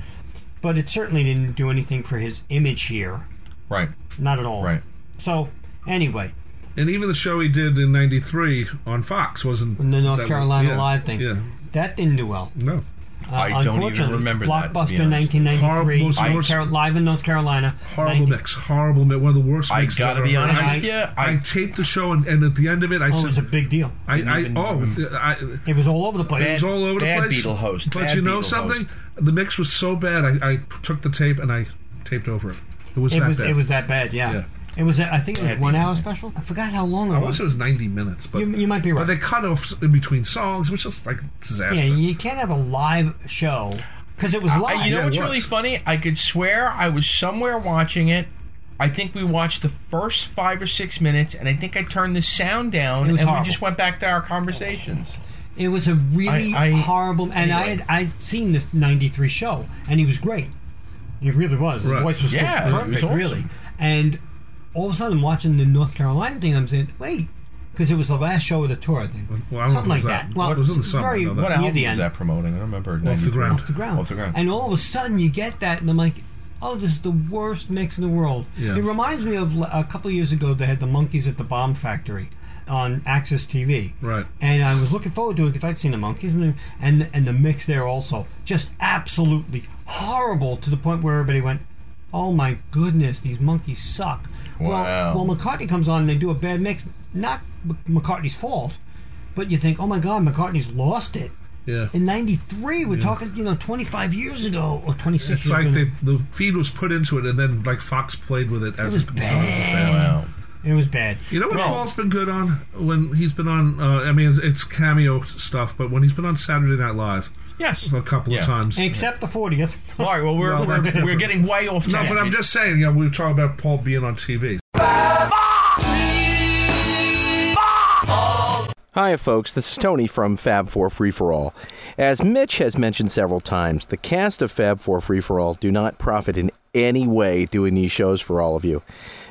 Speaker 2: but it certainly didn't do anything for his image here.
Speaker 6: Right.
Speaker 2: Not at all.
Speaker 6: Right.
Speaker 2: So anyway,
Speaker 4: And even the show he did in '93 on Fox wasn't
Speaker 2: the North
Speaker 4: that-
Speaker 2: Carolina
Speaker 4: yeah,
Speaker 2: Live thing
Speaker 4: Yeah,
Speaker 2: that didn't do well.
Speaker 4: no.
Speaker 2: Uh,
Speaker 6: I don't even
Speaker 2: unfortunately,
Speaker 6: remember that, to be
Speaker 2: Blockbuster,
Speaker 6: honest.
Speaker 2: nineteen ninety-three,
Speaker 4: Horrible source-
Speaker 2: live in North Carolina.
Speaker 4: Horrible
Speaker 2: 90
Speaker 4: mix. Horrible mix. One of the worst
Speaker 6: I
Speaker 4: mixes
Speaker 6: gotta
Speaker 4: I've
Speaker 6: be
Speaker 4: ever heard.
Speaker 6: honest
Speaker 4: I,
Speaker 6: with you. I,
Speaker 4: I taped the show, and, and at the end of it, I
Speaker 2: Oh, it
Speaker 4: said,
Speaker 2: was a big deal.
Speaker 4: I, I
Speaker 6: even
Speaker 4: oh,
Speaker 6: remember.
Speaker 4: I,
Speaker 2: It was all over the place.
Speaker 4: it was all over the
Speaker 6: Bad
Speaker 4: place.
Speaker 6: Beatle host.
Speaker 4: But
Speaker 6: Bad
Speaker 4: you know
Speaker 6: Beatle
Speaker 4: something?
Speaker 6: host.
Speaker 4: The mix was so bad. I, I took the tape and I taped over it. It was
Speaker 2: It
Speaker 4: that
Speaker 2: was
Speaker 4: bad.
Speaker 2: it was that bad, yeah.
Speaker 4: Yeah.
Speaker 2: It was I think it was
Speaker 6: That'd
Speaker 2: one
Speaker 6: be-
Speaker 2: hour special. I forgot how long
Speaker 4: I
Speaker 2: it
Speaker 4: wish
Speaker 2: was.
Speaker 4: it was 90 minutes, but
Speaker 2: You, you might be
Speaker 4: but they
Speaker 2: right.
Speaker 4: cut off in between songs, which is like disaster.
Speaker 2: Yeah, you can't have a live show because it was live.
Speaker 6: I- you know
Speaker 4: Yeah, it
Speaker 6: what's
Speaker 4: was.
Speaker 6: really funny? I could swear I was somewhere watching it. I think we watched the first five or six minutes, and I think I turned the sound down,
Speaker 2: It
Speaker 6: and
Speaker 2: was horrible.
Speaker 6: we just went back to our conversations.
Speaker 2: it was a really
Speaker 6: I- I-
Speaker 2: horrible. And I had
Speaker 6: anyway.
Speaker 2: I'd seen this '93 show, and he was great. He really was. His
Speaker 4: Right.
Speaker 2: voice was
Speaker 6: Yeah,
Speaker 2: still
Speaker 6: it
Speaker 2: perfect,
Speaker 6: was awesome.
Speaker 2: really. And all of a sudden, watching the North Carolina thing, I'm saying, wait, because it was the last show of the tour, I think.
Speaker 4: Well, I don't
Speaker 2: Something like
Speaker 4: know if it was
Speaker 2: that.
Speaker 4: that-
Speaker 2: Well,
Speaker 4: it was in the summer,
Speaker 2: very
Speaker 4: I know that.
Speaker 6: What
Speaker 2: near
Speaker 6: album
Speaker 2: the
Speaker 6: was
Speaker 2: end.
Speaker 6: that promoting? I don't remember.
Speaker 4: Off the
Speaker 6: 93.
Speaker 4: ground.
Speaker 2: off the ground.
Speaker 6: Off the ground.
Speaker 2: And all of a sudden, you get that, and I'm like, oh, this is the worst mix in the world.
Speaker 4: Yeah.
Speaker 2: It reminds me of l- a couple of years ago, they had the monkeys at the bomb factory on Axis TV.
Speaker 4: Right.
Speaker 2: And I was looking forward to it because I'd seen the monkeys and, and and the mix there also just absolutely horrible to the point where everybody went, "Oh my goodness, these monkeys suck."
Speaker 6: Wow.
Speaker 2: Well, well, McCartney comes on and they do a bad mix, not M- McCartney's fault, but you think, "Oh my God, McCartney's lost it."
Speaker 4: Yeah.
Speaker 2: In '93, we're talking, you know, 25 years ago or 26
Speaker 4: It's
Speaker 2: years
Speaker 4: like
Speaker 2: ago.
Speaker 4: they, the feed was put into it, and then like Fox played with it as
Speaker 2: was
Speaker 4: it
Speaker 2: bad.
Speaker 6: Wow.
Speaker 2: it was bad.
Speaker 4: You know what
Speaker 6: Well-
Speaker 4: Paul's been good on when he's been on. Uh, I mean, it's, it's cameo stuff, but when he's been on Saturday Night Live
Speaker 6: Yes.
Speaker 4: a couple
Speaker 6: Yeah.
Speaker 4: of times.
Speaker 2: Except the 40th.
Speaker 6: All right. Well, we're
Speaker 4: Well,
Speaker 6: we're,
Speaker 4: that's
Speaker 6: we're
Speaker 4: different.
Speaker 6: getting way off.
Speaker 4: no, but I'm just saying. You know, we were talking about Paul being on TV.
Speaker 3: Hi, folks. This is Tony from Fab Four Free for All. As Mitch has mentioned several times, the cast of Fab Four Free for All do not profit in any way doing these shows for all of you.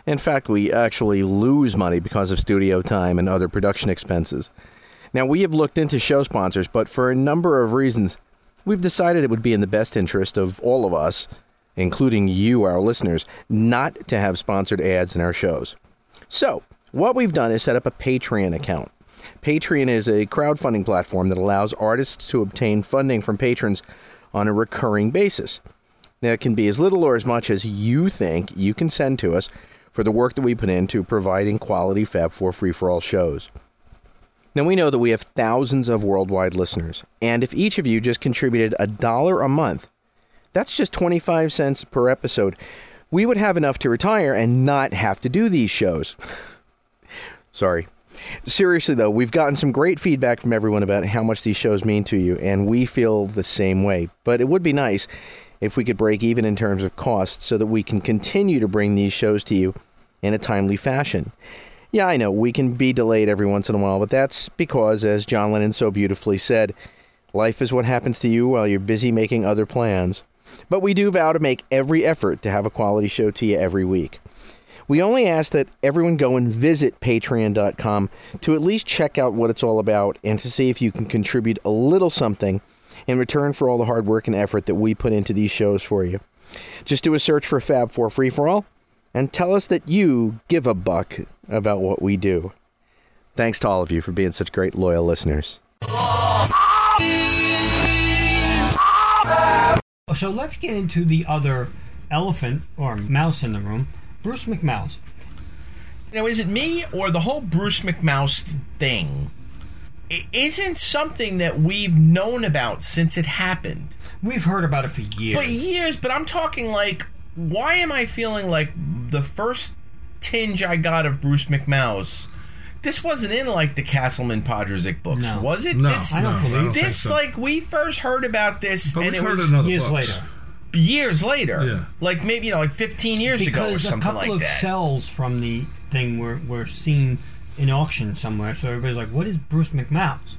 Speaker 3: In fact, we actually lose money because of studio time and other production expenses. Now, we have looked into show sponsors, but for a number of reasons, we've decided it would be in the best interest of all of us, including you, our listeners, not to have sponsored ads in our shows. So, what we've done is set up a Patreon account. Patreon is a crowdfunding platform that allows artists to obtain funding from patrons on a recurring basis. Now, it can be as little or as much as you think you can send to us for the work that we put into providing quality Fab 4 free for all shows. Now, we know that we have thousands of worldwide listeners, and if each of you just contributed a dollar a month, that's just 25 cents per episode. We would have enough to retire and not have to do these shows. Sorry. Seriously, though, we've gotten some great feedback from everyone about how much these shows mean to you, and we feel the same way. But it would be nice if we could break even in terms of cost so that we can continue to bring these shows to you in a timely fashion. Yeah, I know, we can be delayed every once in a while, but that's because, as John Lennon so beautifully said, life is what happens to you while you're busy making other plans. But we do vow to make every effort to have a quality show to you every week. We only ask that everyone go and visit patreon.com to at least check out what it's all about and to see if you can contribute a little something in return for all the hard work and effort that we put into these shows for you. Just do a search for Fab for Free for All and tell us that you give a buck about what we do. Thanks to all of you for being such great loyal listeners.
Speaker 2: So let's get into the other elephant or mouse in the room, Bruce McMouse.
Speaker 6: Now, is it me or the whole Bruce McMouse thing? It isn't something that we've known about since it happened.
Speaker 2: We've heard about it for years.
Speaker 6: But years, but I'm talking like, why am I feeling like
Speaker 3: the first tinge I got of Bruce McMouse, this wasn't in like the Castleman Podrosic books,
Speaker 2: No.
Speaker 3: was it?
Speaker 4: No,
Speaker 3: this,
Speaker 4: no, I don't
Speaker 2: believe
Speaker 4: think
Speaker 3: this
Speaker 4: so.
Speaker 3: like we first heard about this,
Speaker 4: But
Speaker 3: and
Speaker 4: we've
Speaker 3: it
Speaker 4: heard
Speaker 3: was
Speaker 4: in other
Speaker 2: years
Speaker 4: books.
Speaker 2: later.
Speaker 3: years later,
Speaker 4: Yeah.
Speaker 3: like maybe you know, like 15 years ago or
Speaker 2: because a
Speaker 3: something
Speaker 2: couple
Speaker 3: like
Speaker 2: of
Speaker 3: that.
Speaker 2: cells from the thing were, were seen in auction somewhere. So everybody's like, "What is Bruce McMouse?"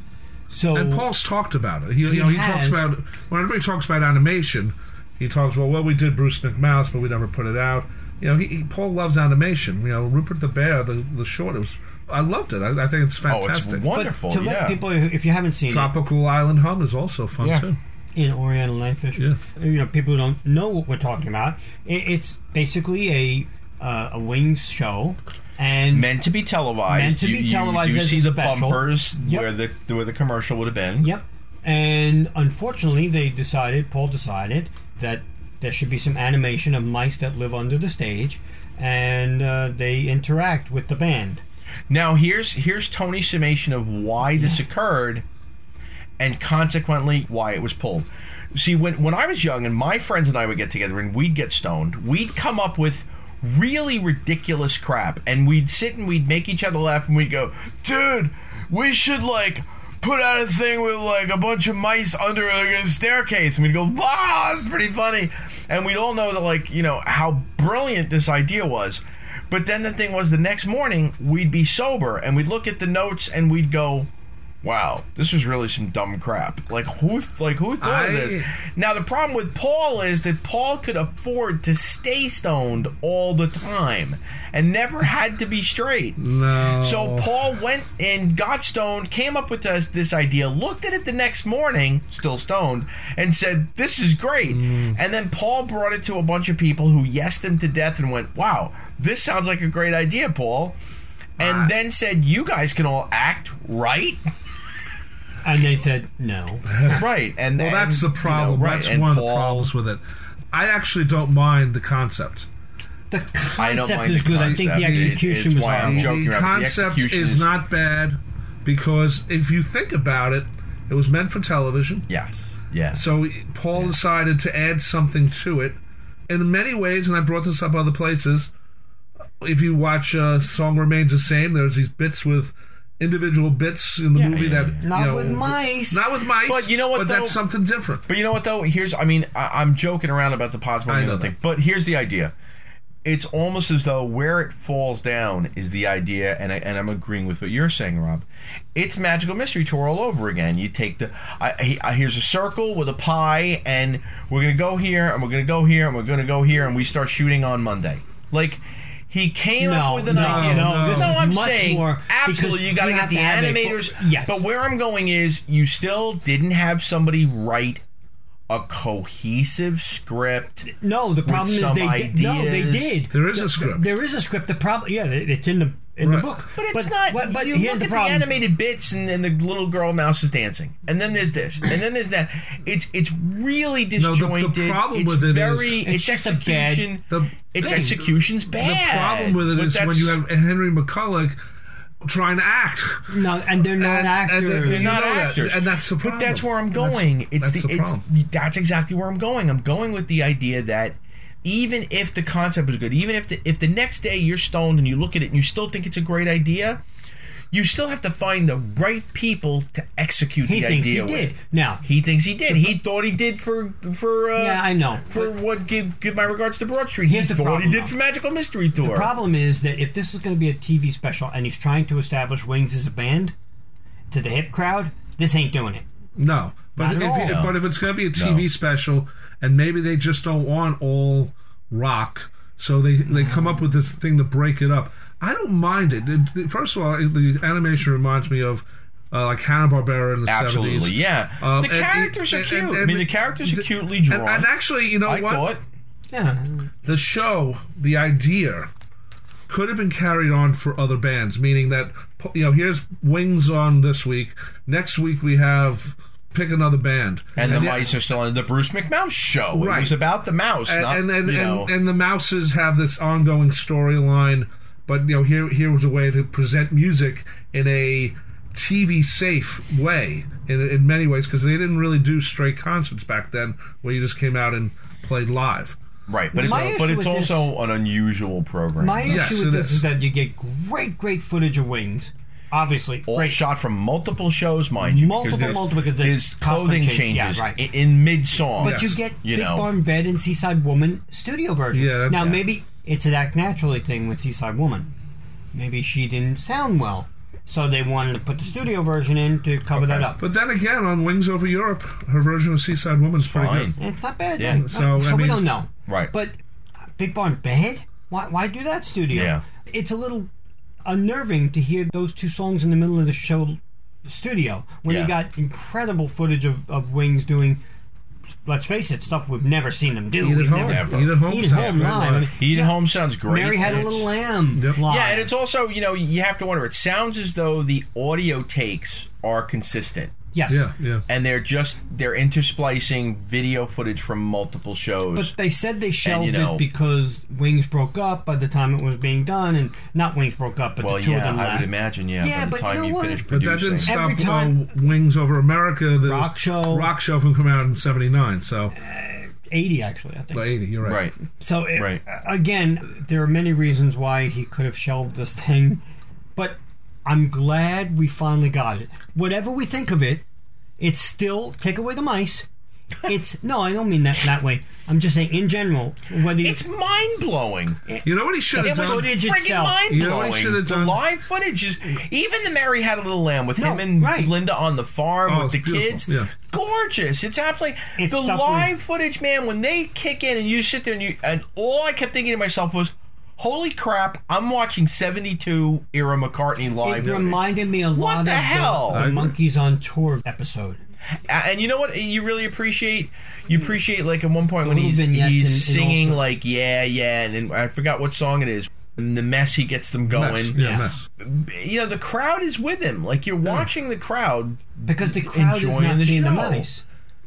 Speaker 2: So
Speaker 4: And Paul's talked about it. He, you
Speaker 2: He
Speaker 4: know, he
Speaker 2: has.
Speaker 4: talks about when everybody talks about animation. He talks about well, we did Bruce McMouse, but we never put it out. You know, he, he Paul loves animation. You know, Rupert the Bear, the the short. It was, I loved it. I, I think it's
Speaker 3: oh, it's
Speaker 4: fantastic.
Speaker 2: but
Speaker 3: wonderful.
Speaker 2: to
Speaker 3: yeah.
Speaker 2: let people, if you haven't seen it,
Speaker 4: Tropical Island Hum is also fun
Speaker 5: Yeah.
Speaker 4: too.
Speaker 2: in Oriental Knifefish,
Speaker 4: Yeah.
Speaker 2: you know, people who don't know what we're talking about, it, it's basically a uh, a wings show, and
Speaker 3: meant to be televised.
Speaker 2: Meant to
Speaker 3: you,
Speaker 2: be
Speaker 3: you-
Speaker 2: televised
Speaker 3: You,
Speaker 2: as
Speaker 3: see
Speaker 2: a
Speaker 3: the
Speaker 2: special.
Speaker 3: bumpers
Speaker 2: Yep.
Speaker 3: where the where the commercial would have been.
Speaker 2: Yep. And unfortunately, they decided, Paul decided, that there should be some animation of mice that live under the stage and uh, they interact with the band.
Speaker 3: Now here's here's Tony's summation of why this occurred, and consequently why it was pulled. See, when when I was young and my friends and I would get together and we'd get stoned, we'd come up with really ridiculous crap, and we'd sit and we'd make each other laugh, and we'd go, "Dude, we should like." Put out a thing with like a bunch of mice under like, a staircase, and we'd go, "Wow, that's pretty funny!" And we'd all know that, like, you know, how brilliant this idea was. But then the thing was, the next morning we'd be sober and we'd look at the notes and we'd go, "Wow, this was really some dumb crap." Like who, like who thought
Speaker 4: I-
Speaker 3: of this? Now the problem with Paul is that Paul could afford to stay stoned all the time and never had to be straight.
Speaker 4: No.
Speaker 3: So Paul went and got stoned, came up with this, this idea, looked at it the next morning, still stoned, and said, "This is great."
Speaker 4: Mm.
Speaker 3: And then Paul brought it to a bunch of people who yesed him to death and went, "Wow, this sounds like a great idea, Paul." And then said, "You guys can all act, right?"
Speaker 2: And they said, no.
Speaker 3: right. And
Speaker 4: Well, that's the
Speaker 3: and,
Speaker 4: problem.
Speaker 3: you know, right,
Speaker 4: That's
Speaker 3: and
Speaker 4: one of the
Speaker 3: Paul-
Speaker 4: problems with it. I actually don't mind the concept.
Speaker 2: The
Speaker 3: I don't
Speaker 2: concept
Speaker 3: mind
Speaker 2: is
Speaker 3: the
Speaker 2: good. I think the
Speaker 3: concept. It-
Speaker 2: execution
Speaker 3: it's
Speaker 2: was
Speaker 3: why I'm
Speaker 2: horrible.
Speaker 3: joking.
Speaker 4: the
Speaker 3: around. The
Speaker 4: concept
Speaker 3: execution
Speaker 4: is
Speaker 3: is-
Speaker 4: not bad because if you think about it, it was meant for television.
Speaker 3: Yes. Yes.
Speaker 4: So Paul decided to add something to it. In many ways, and I brought this up other places. If you watch uh, "Song Remains the Same," there's these bits with individual bits in the movie
Speaker 3: yeah,
Speaker 4: that
Speaker 2: Not
Speaker 4: you know,
Speaker 2: with mice.
Speaker 4: not with mice.
Speaker 3: But you know what,
Speaker 4: But that's
Speaker 3: though?
Speaker 4: something different.
Speaker 3: But you know what though? Here's I mean I, I'm joking around about the possible
Speaker 4: I know
Speaker 3: thing, but here's the idea. It's almost as though where it falls down is the idea, and I and I'm agreeing with what you're saying, Rob. It's magical mystery tour all over again. You take the I, he- I, here's a circle with a pie, and we're gonna go here, and we're gonna go here, and we're gonna go here, and we start shooting on Monday. Like he came
Speaker 2: No,
Speaker 3: up with an
Speaker 2: no,
Speaker 3: idea.
Speaker 2: no, this is
Speaker 3: I'm
Speaker 2: much
Speaker 3: saying
Speaker 2: more-
Speaker 3: absolutely.
Speaker 2: because
Speaker 3: You got to
Speaker 2: you
Speaker 3: get
Speaker 2: have
Speaker 3: the
Speaker 2: to have a-
Speaker 3: animators.
Speaker 2: yes.
Speaker 3: But where I'm going is, you still didn't have somebody write a cohesive script.
Speaker 2: No, the problem is
Speaker 3: some
Speaker 2: they did. No, they
Speaker 3: ideas.
Speaker 2: did.
Speaker 4: There is a script.
Speaker 2: There is a script. The problem, yeah, it- it's in the in
Speaker 4: Right.
Speaker 2: the book.
Speaker 3: But it's not.
Speaker 2: But, but
Speaker 3: you
Speaker 2: here's
Speaker 3: look
Speaker 2: the
Speaker 3: at
Speaker 2: problem.
Speaker 3: the animated bits, and then the little girl mouse is dancing, and then there's this, and then there's that. It's it's really
Speaker 4: the- the
Speaker 3: disjointed.
Speaker 4: problem
Speaker 3: it's
Speaker 4: with it is-
Speaker 3: very,
Speaker 2: It's
Speaker 3: it's,
Speaker 2: just a bad-
Speaker 3: execution.
Speaker 4: the
Speaker 3: it's
Speaker 4: thing-
Speaker 3: execution's bad.
Speaker 4: The problem with
Speaker 3: But
Speaker 4: it is when
Speaker 3: that's-
Speaker 4: you have Henry McCulloch trying to act.
Speaker 2: no, and they're not
Speaker 4: And-
Speaker 2: actors.
Speaker 4: and they're-
Speaker 3: They're
Speaker 4: You
Speaker 3: not
Speaker 4: know that,
Speaker 3: actors,
Speaker 4: and that's the
Speaker 3: But that's
Speaker 4: problem.
Speaker 3: where I'm
Speaker 4: That's-
Speaker 3: going. it's
Speaker 4: that's
Speaker 3: the,
Speaker 4: the
Speaker 3: it's
Speaker 4: problem.
Speaker 3: that's exactly where I'm going. I'm going with the idea that even if the concept is good, even if the if the next day you're stoned and you look at it and you still think it's a great idea, you still have to find the right people to execute
Speaker 2: He
Speaker 3: the
Speaker 2: thinks
Speaker 3: idea
Speaker 2: he
Speaker 3: with.
Speaker 2: did. Now-
Speaker 3: he thinks he did. He thought he did for for uh,
Speaker 2: Yeah, I know.
Speaker 3: for what give give my regards to Broad Street.
Speaker 2: Here's
Speaker 3: he
Speaker 2: the
Speaker 3: thought
Speaker 2: problem,
Speaker 3: he did
Speaker 2: though.
Speaker 3: for Magical Mystery Tour.
Speaker 2: The problem is that if this is going to be a TV special and he's trying to establish Wings as a band to the hip crowd, this ain't doing it.
Speaker 4: No,
Speaker 2: Not
Speaker 4: but
Speaker 2: at
Speaker 4: if,
Speaker 2: all.
Speaker 4: but if it's going to be a TV special, and maybe they just don't want all rock, so they they come up with this thing to break it up. I don't mind it. It- it- First of all, it- the animation reminds me of uh, like Hanna Barbera in the
Speaker 3: Absolutely,
Speaker 4: seventies. Um,
Speaker 3: yeah.
Speaker 2: Um,
Speaker 3: the characters are cute. I mean, the characters are cutely drawn.
Speaker 4: And, and actually, you know
Speaker 3: I
Speaker 4: what?
Speaker 3: thought.
Speaker 2: Yeah.
Speaker 4: the show, the idea, could have been carried on for other bands, meaning that you know, here's Wings on this week. Next week we have pick another band,
Speaker 3: And the
Speaker 4: yeah,
Speaker 3: mice are still on the Bruce McMouse show. It
Speaker 4: Right.
Speaker 3: was about the mouse,
Speaker 4: and,
Speaker 3: not
Speaker 4: and then
Speaker 3: you know.
Speaker 4: and, and the Mouses have this ongoing storyline. But you know, here here was a way to present music in a TV safe way in, in many ways because they didn't really do straight concerts back then, where you just came out and played live.
Speaker 3: Right, but it's,
Speaker 2: My
Speaker 3: a-
Speaker 2: issue
Speaker 3: but it's
Speaker 2: with this-
Speaker 3: also an unusual program.
Speaker 2: My
Speaker 4: Yes,
Speaker 2: issue with
Speaker 4: it
Speaker 2: this
Speaker 4: is.
Speaker 2: is that you get great, great footage of wings. Obviously,
Speaker 3: all
Speaker 2: great.
Speaker 3: shot from multiple shows, mind you,
Speaker 2: Multiple,
Speaker 3: because there's,
Speaker 2: multiple, because there's
Speaker 3: there's clothing
Speaker 2: constant change. Yeah,
Speaker 3: changes
Speaker 2: right.
Speaker 3: in, in mid song.
Speaker 2: But you
Speaker 4: Yes.
Speaker 2: get
Speaker 3: You
Speaker 2: Big
Speaker 3: know.
Speaker 2: Barn Bed and Seaside Woman studio version.
Speaker 4: Yeah, that-
Speaker 2: now,
Speaker 4: yeah.
Speaker 2: maybe it's an act naturally thing with Seaside Woman. Maybe she didn't sound well. So they wanted to put the studio version in to cover that up.
Speaker 4: But then again, on Wings Over Europe, her version of Seaside Woman's pretty
Speaker 3: Fine.
Speaker 4: good.
Speaker 2: It's not bad.
Speaker 3: Yeah.
Speaker 2: Like,
Speaker 4: So,
Speaker 2: uh,
Speaker 4: I
Speaker 2: so we
Speaker 4: mean-
Speaker 2: don't know.
Speaker 3: Right.
Speaker 2: But Big Barn Bed? Why, why do that studio?
Speaker 3: Yeah.
Speaker 2: It's a little unnerving to hear those two songs in the middle of the show studio when
Speaker 3: Yeah.
Speaker 2: you got incredible footage of, of Wings doing, let's face it, stuff we've never seen them do.
Speaker 4: Eat at
Speaker 2: We've
Speaker 4: home.
Speaker 2: never-
Speaker 4: Eat at home.
Speaker 2: Eat at
Speaker 4: sounds
Speaker 2: home
Speaker 4: good.
Speaker 2: live. I mean,
Speaker 3: Eat
Speaker 2: yeah.
Speaker 3: at home sounds great.
Speaker 2: Mary had a
Speaker 3: It's-
Speaker 2: little lamb.
Speaker 4: Yep.
Speaker 2: live.
Speaker 4: Yeah,
Speaker 3: Yeah, and it's also you know you have to wonder. It sounds as though the audio takes are consistent,
Speaker 2: yes.
Speaker 4: Yeah, yeah.
Speaker 3: and they're just they're intersplicing video footage from multiple shows.
Speaker 2: But they said they shelved
Speaker 3: know-
Speaker 2: it because Wings broke up by the time it was being done, and not Wings broke up, but
Speaker 3: well,
Speaker 2: the two of
Speaker 3: yeah,
Speaker 2: them
Speaker 3: I
Speaker 2: left.
Speaker 3: would imagine. Yeah,
Speaker 2: Yeah,
Speaker 3: by the
Speaker 2: but you
Speaker 3: time
Speaker 2: know
Speaker 3: you,
Speaker 2: what?
Speaker 3: finish
Speaker 4: But that
Speaker 3: producing,
Speaker 4: didn't stop
Speaker 2: Every time-
Speaker 4: uh, Wings Over America, the
Speaker 2: Rock show.
Speaker 4: rock show from coming out in '79. So
Speaker 2: 80 actually i think
Speaker 4: well, '80, you're right.
Speaker 3: right?
Speaker 2: so it,
Speaker 3: Right.
Speaker 2: again there are many reasons why he could have shelved this thing but i'm glad we finally got it whatever we think of it it's still take away the mice it's no i don't mean that that way i'm just saying in general whether you,
Speaker 3: It's mind blowing.
Speaker 4: You know what he should have
Speaker 3: It was
Speaker 4: done?
Speaker 2: footage
Speaker 3: friggin'
Speaker 2: itself.
Speaker 3: mind
Speaker 4: You know what
Speaker 3: blowing.
Speaker 4: he should have
Speaker 3: the
Speaker 4: done?
Speaker 3: live footage is even the Mary had a little lamb with
Speaker 2: No,
Speaker 3: him and
Speaker 2: right.
Speaker 3: Linda on the farm
Speaker 4: Oh,
Speaker 3: with the
Speaker 4: it's beautiful,
Speaker 3: kids.
Speaker 4: yeah.
Speaker 3: Gorgeous. It's absolutely
Speaker 2: It's
Speaker 3: the
Speaker 2: stuff with-
Speaker 3: live footage, man. When they kick in and you sit there and you and all I kept thinking to myself was, "Holy crap! I'm watching '72 era McCartney
Speaker 2: it
Speaker 3: live." footage."
Speaker 2: reminded me a lot
Speaker 3: What
Speaker 2: of
Speaker 3: the hell?
Speaker 2: the,
Speaker 3: I
Speaker 2: the
Speaker 4: agree.
Speaker 2: monkeys on tour episode
Speaker 3: A- and you know what you really appreciate you appreciate like at one point when
Speaker 2: little
Speaker 3: he's,
Speaker 2: vignettes
Speaker 3: he's
Speaker 2: and- and
Speaker 3: singing
Speaker 2: also-
Speaker 3: like yeah yeah and, then I forgot what song it is and the mess he gets them going
Speaker 4: Mess. Yeah,
Speaker 2: Yeah.
Speaker 4: mess.
Speaker 3: you know the crowd is with him like you're watching the crowd
Speaker 2: because the crowd
Speaker 3: Enjoying
Speaker 2: is not
Speaker 3: the
Speaker 2: seeing the
Speaker 3: show.
Speaker 2: mice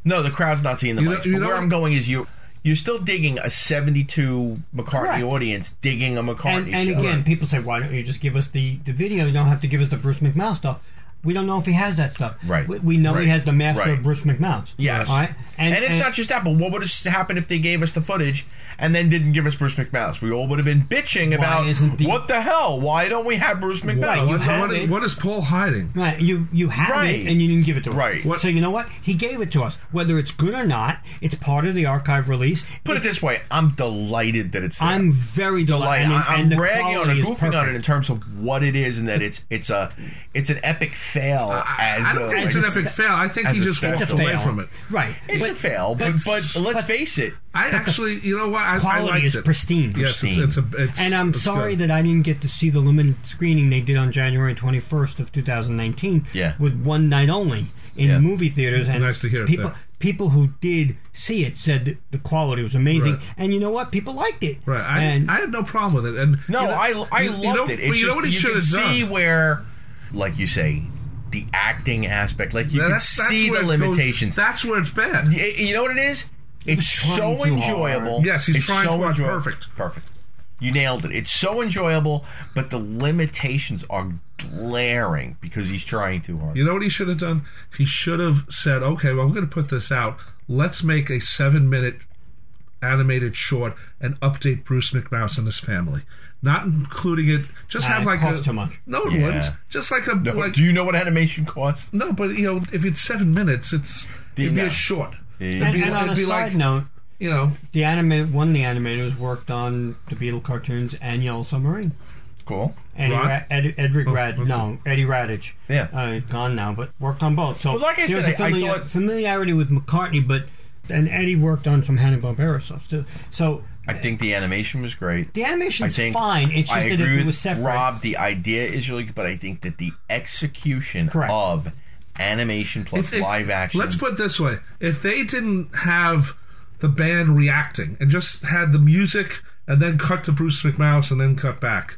Speaker 3: no the crowd's not seeing the
Speaker 4: You know-
Speaker 3: mics
Speaker 4: you
Speaker 3: but
Speaker 4: know
Speaker 3: where
Speaker 4: what-
Speaker 3: i'm going is you you're still digging a 72 mccartney
Speaker 2: Correct.
Speaker 3: audience digging a mccartney
Speaker 2: and, and
Speaker 3: show.
Speaker 2: again, people say, "Why don't you just give us the, the video? You don't have to give us the Bruce McMouse stuff." We don't know if he has that stuff.
Speaker 3: Right.
Speaker 2: We, we know
Speaker 3: Right.
Speaker 2: he has the master
Speaker 3: Right.
Speaker 2: of Bruce McMouse.
Speaker 3: Yes.
Speaker 2: All right.
Speaker 3: And, it's not just that, but what would have happened if they gave us the footage and then didn't give us Bruce McMouse? We all would have been bitching about
Speaker 2: isn't the-
Speaker 3: what the hell? Why don't we have Bruce McMouse?
Speaker 2: you
Speaker 4: What-
Speaker 2: have
Speaker 4: what-
Speaker 2: it.
Speaker 4: what is Paul hiding?
Speaker 2: Right, you you have
Speaker 3: Right.
Speaker 2: it and you didn't give it to us.
Speaker 3: Right.
Speaker 4: What-
Speaker 2: So you know what? He gave it to us. Whether it's good or not, it's part of the archive release.
Speaker 3: Put it this way, I'm delighted that it's there.
Speaker 2: I'm very
Speaker 3: like
Speaker 2: delighted. and-
Speaker 3: I, am
Speaker 2: and the
Speaker 3: bragging on
Speaker 2: quality
Speaker 3: it,
Speaker 2: is
Speaker 3: goofing on it
Speaker 2: perfect.
Speaker 3: in terms of what it is, and that it's it's a it's an epic fail. as
Speaker 4: I don't
Speaker 3: a-
Speaker 4: think it's an epic fail. I think
Speaker 3: as
Speaker 4: he
Speaker 3: a
Speaker 4: just walked
Speaker 3: special.
Speaker 4: away
Speaker 2: Fail.
Speaker 4: from it.
Speaker 2: Right.
Speaker 3: It's a fail, but but, let's face it,
Speaker 4: I actually, you know what? I, I
Speaker 2: Quality
Speaker 4: liked
Speaker 2: is
Speaker 4: it.
Speaker 2: pristine.
Speaker 4: Yes, it's, it's a. It's,
Speaker 2: And I'm
Speaker 4: it's
Speaker 2: sorry
Speaker 4: good.
Speaker 2: that I didn't get to see the limited screening they did on January 21st of 2019.
Speaker 3: Yeah.
Speaker 2: With one night only in
Speaker 3: Yeah.
Speaker 2: movie theaters. And
Speaker 4: Nice to hear
Speaker 2: people,
Speaker 4: that.
Speaker 2: People who did see it said that the quality was amazing.
Speaker 4: Right.
Speaker 2: And you know what? People liked it.
Speaker 4: Right, I,
Speaker 2: and
Speaker 4: I had no problem with it, and
Speaker 3: no,
Speaker 4: you know-
Speaker 3: I I
Speaker 4: you-
Speaker 3: loved
Speaker 4: you know-
Speaker 3: it. It's
Speaker 4: but you know
Speaker 3: just-
Speaker 4: what he
Speaker 3: you
Speaker 4: should
Speaker 3: can
Speaker 4: have done?
Speaker 3: see where, like you say, the acting aspect, like you
Speaker 4: Now,
Speaker 3: can
Speaker 4: that's- that's
Speaker 3: see
Speaker 4: where
Speaker 3: the
Speaker 4: it goes-
Speaker 3: limitations.
Speaker 4: that's where it's bad.
Speaker 3: Y- you know what it is? It's
Speaker 2: was trying
Speaker 3: so
Speaker 2: too
Speaker 3: enjoyable.
Speaker 2: hard.
Speaker 4: Yes, he's
Speaker 3: It's
Speaker 4: trying
Speaker 3: so
Speaker 4: to act
Speaker 3: enjoyable.
Speaker 4: perfect.
Speaker 3: Perfect. You nailed it. It's so enjoyable, but the limitations are glaring because he's trying too hard.
Speaker 4: You know what he should have done? He should have said, "Okay, well, I'm going to put this out. Let's make a seven-minute animated short and update Bruce McMouse and his family, not including it. Just
Speaker 2: Nah,
Speaker 4: have
Speaker 2: it
Speaker 4: like
Speaker 2: costs
Speaker 4: a
Speaker 2: too much.
Speaker 4: no, it
Speaker 3: Yeah.
Speaker 4: wouldn't. Just like a
Speaker 3: No,
Speaker 4: like
Speaker 3: do you know what animation costs?
Speaker 4: no, but you know, if it's seven minutes, it's
Speaker 3: Do you
Speaker 4: it'd be
Speaker 3: know?
Speaker 4: a short.
Speaker 2: and,
Speaker 4: be
Speaker 2: and
Speaker 4: like-
Speaker 2: on a
Speaker 4: it'd be
Speaker 2: side
Speaker 4: like-
Speaker 2: note,
Speaker 4: You know,
Speaker 2: the anima- one of the animators worked on the Beatle cartoons and Yellow Submarine.
Speaker 3: Cool.
Speaker 2: Eddie
Speaker 4: Rod?
Speaker 2: Ra- Ed- Edric Rad- no, Eddie Radich.
Speaker 3: Oh, Yeah.
Speaker 2: Uh, gone now, but worked on both. So
Speaker 3: Well, like I
Speaker 2: there's
Speaker 3: said,
Speaker 2: a
Speaker 3: I- I
Speaker 2: famili-
Speaker 3: thought-
Speaker 2: familiarity with McCartney, but and Eddie worked on some Hanna-Barbera stuff too. So
Speaker 3: I think the animation was great.
Speaker 2: the
Speaker 3: I
Speaker 2: animation's
Speaker 3: think
Speaker 2: fine. It's just
Speaker 3: I
Speaker 2: that if
Speaker 3: agree
Speaker 2: it
Speaker 3: with
Speaker 2: was separate,
Speaker 3: Rob. The idea is really good, but I think that the execution
Speaker 2: Correct.
Speaker 3: of animation plus
Speaker 4: If- if-
Speaker 3: live action.
Speaker 4: Let's put it this way: if they didn't have the band reacting and just had the music and then cut to Bruce McMouse and then cut back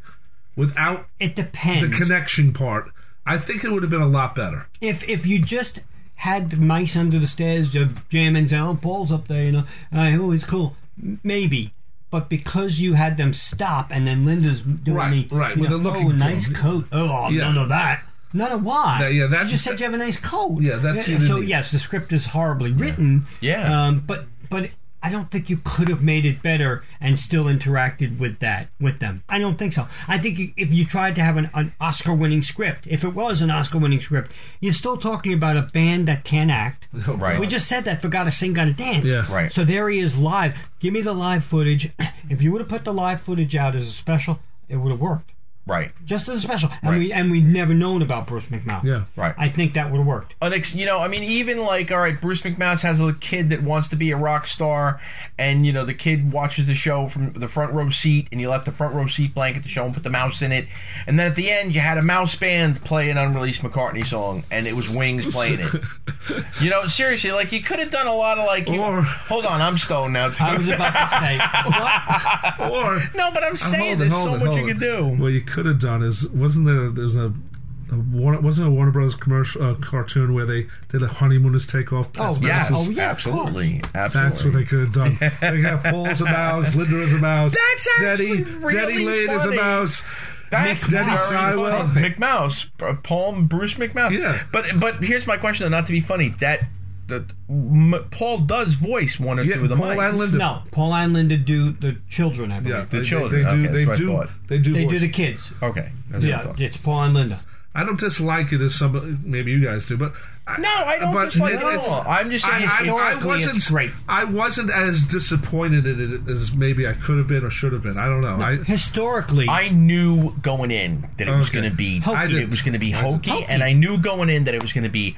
Speaker 4: without
Speaker 2: it
Speaker 4: the
Speaker 2: depends.
Speaker 4: connection part, I think it would have been a lot better.
Speaker 2: if if you just had the mice under the stairs just jamming, saying, "Oh, Paul's up there," you know, uh, oh, it's cool, M- maybe. But because you had them stop, and then Linda's doing
Speaker 4: Right,
Speaker 2: the
Speaker 4: right,
Speaker 2: you
Speaker 4: well,
Speaker 2: know,
Speaker 4: they're
Speaker 2: oh,
Speaker 4: looking for
Speaker 2: nice
Speaker 4: him."
Speaker 2: coat. Oh,
Speaker 4: Yeah.
Speaker 2: none of that. None of why?
Speaker 4: That- yeah, that's-
Speaker 2: you just said you have a nice coat.
Speaker 4: Yeah, that's
Speaker 2: Uh,
Speaker 4: what it
Speaker 2: so.
Speaker 4: is.
Speaker 2: Yes, the script is horribly written.
Speaker 3: Yeah.
Speaker 2: Um, but but I don't think you could have made it better and still interacted with that with them. I don't think so. I think you- if you tried to have an, an Oscar-winning script, if it was an Oscar-winning script, you're still talking about a band that can't act.
Speaker 3: Right.
Speaker 2: We just said that for "Gotta Sing, Gotta Dance."
Speaker 4: Yeah.
Speaker 3: Right.
Speaker 2: So there he is live. Give me the live footage. If you would have put the live footage out as a special, it would have worked.
Speaker 3: right.
Speaker 2: Just as a special, and
Speaker 3: Right.
Speaker 2: we and we never known about Bruce McMahon.
Speaker 4: Yeah.
Speaker 3: Right.
Speaker 2: I think that would have worked.
Speaker 3: an ex- you know, I mean, even like, all right, Bruce McMouse has a kid that wants to be a rock star, and you know, the kid watches the show from the front row seat, and you left the front row seat blank at the show and put the mouse in it, and then at the end, you had a mouse band play an unreleased McCartney song, and it was Wings playing it. you know, seriously, like you could have done a lot of like, you
Speaker 4: Or-
Speaker 3: hold on, I'm stoned now too.
Speaker 2: I was about to say, what?
Speaker 4: Or
Speaker 3: no, but I'm saying
Speaker 4: Hold it,
Speaker 3: there's
Speaker 4: hold
Speaker 3: so
Speaker 4: it,
Speaker 3: much
Speaker 4: hold
Speaker 3: you
Speaker 4: it.
Speaker 3: could do.
Speaker 4: What you could have done is wasn't there there's a, a Warner, wasn't a Warner Brothers commercial uh, cartoon where they did a honeymooners take off? Prince
Speaker 2: yeah.
Speaker 3: Yes,
Speaker 4: Mouse's-
Speaker 2: Oh, yeah, of
Speaker 3: absolutely, absolutely.
Speaker 4: That's what they could have done. They could have Paul's a mouse, Linda is a mouse.
Speaker 3: That's actually
Speaker 4: Daddy,
Speaker 3: really
Speaker 4: Daddy Lane is a
Speaker 3: funny.
Speaker 4: mouse.
Speaker 3: That's
Speaker 4: Nick- Denny
Speaker 3: very
Speaker 4: Sywell.
Speaker 3: funny. McMouse, uh, Paul Bruce McMouse.
Speaker 4: Yeah.
Speaker 3: But but here's my question, though, not to be funny. That that M- Paul does voice one or
Speaker 4: Yeah,
Speaker 3: two of the
Speaker 4: Paul
Speaker 3: mics.
Speaker 4: and Linda.
Speaker 2: No, Paul and Linda do the children. I believe
Speaker 4: Yeah, they- they-
Speaker 3: children.
Speaker 4: They, do.
Speaker 3: Okay, that's
Speaker 4: they
Speaker 3: what I
Speaker 4: do.
Speaker 3: thought.
Speaker 4: They do.
Speaker 2: they do
Speaker 4: voice.
Speaker 2: the kids.
Speaker 3: Okay. That's what I
Speaker 2: Yeah,
Speaker 3: thought.
Speaker 2: it's Paul and Linda.
Speaker 4: I don't dislike it as some. Maybe you guys do, but I,
Speaker 3: No, I don't
Speaker 4: but
Speaker 3: dislike it at
Speaker 4: it's-
Speaker 3: all. I'm just saying
Speaker 4: I, I, I
Speaker 3: historically
Speaker 4: wasn't
Speaker 2: it's great.
Speaker 4: I wasn't as disappointed in it as maybe I could have been or should have been. I don't know. I,
Speaker 2: Historically,
Speaker 3: I knew going in that it was
Speaker 4: Okay.
Speaker 3: going to be
Speaker 4: I did.
Speaker 3: it was going to be
Speaker 4: I did.
Speaker 3: hokey, and I knew going in that it was going to be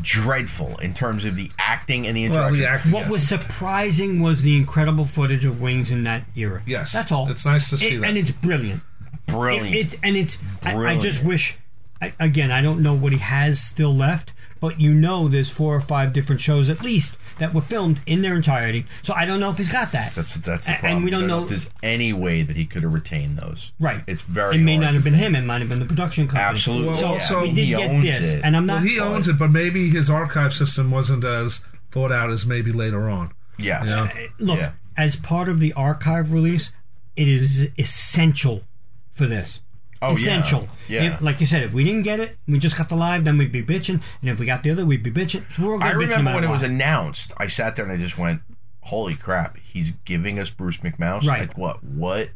Speaker 3: dreadful in terms of the acting and the
Speaker 4: well,
Speaker 3: interaction.
Speaker 4: the acting.
Speaker 2: what
Speaker 4: yes.
Speaker 2: was surprising was the incredible footage of Wings in that era.
Speaker 4: Yes.
Speaker 2: that's all.
Speaker 4: It's nice to see
Speaker 2: It-
Speaker 4: that.
Speaker 2: and it's brilliant.
Speaker 3: Brilliant.
Speaker 2: It, it and it's. I, I just
Speaker 3: Brilliant.
Speaker 2: wish. I, again, I don't know what he has still left, but you know, there's four or five different shows at least that were filmed in their entirety. So I don't know if he's got that.
Speaker 3: that's that's the
Speaker 2: A- and
Speaker 3: problem.
Speaker 2: we don't
Speaker 3: I
Speaker 2: know-
Speaker 3: if there's any way that he could have retained those.
Speaker 2: right.
Speaker 3: It's very.
Speaker 2: It may
Speaker 3: hard
Speaker 2: not
Speaker 3: to
Speaker 2: have been him. It might have been the production company.
Speaker 3: Absolutely.
Speaker 4: Well,
Speaker 2: So
Speaker 4: also-
Speaker 2: we did
Speaker 3: He
Speaker 2: get
Speaker 3: owns
Speaker 2: this,
Speaker 3: it.
Speaker 2: and I'm
Speaker 4: Well,
Speaker 2: not.
Speaker 4: he owns it, but maybe his archive system wasn't as thought out as maybe later on.
Speaker 3: Yes.
Speaker 2: look
Speaker 3: Yeah.
Speaker 2: as part of the archive release it is essential for this
Speaker 3: Oh, yeah.
Speaker 2: essential
Speaker 3: Yeah.
Speaker 2: If- like you said if we didn't get it we just got the live then we'd be bitching and if we got the other we'd be bitching so we're all gonna bitch
Speaker 3: I
Speaker 2: no
Speaker 3: remember
Speaker 2: matter
Speaker 3: when it was
Speaker 2: what.
Speaker 3: announced, I sat there and I just went, "Holy crap! He's giving us Bruce McMouse."
Speaker 2: Right.
Speaker 3: Like what? What?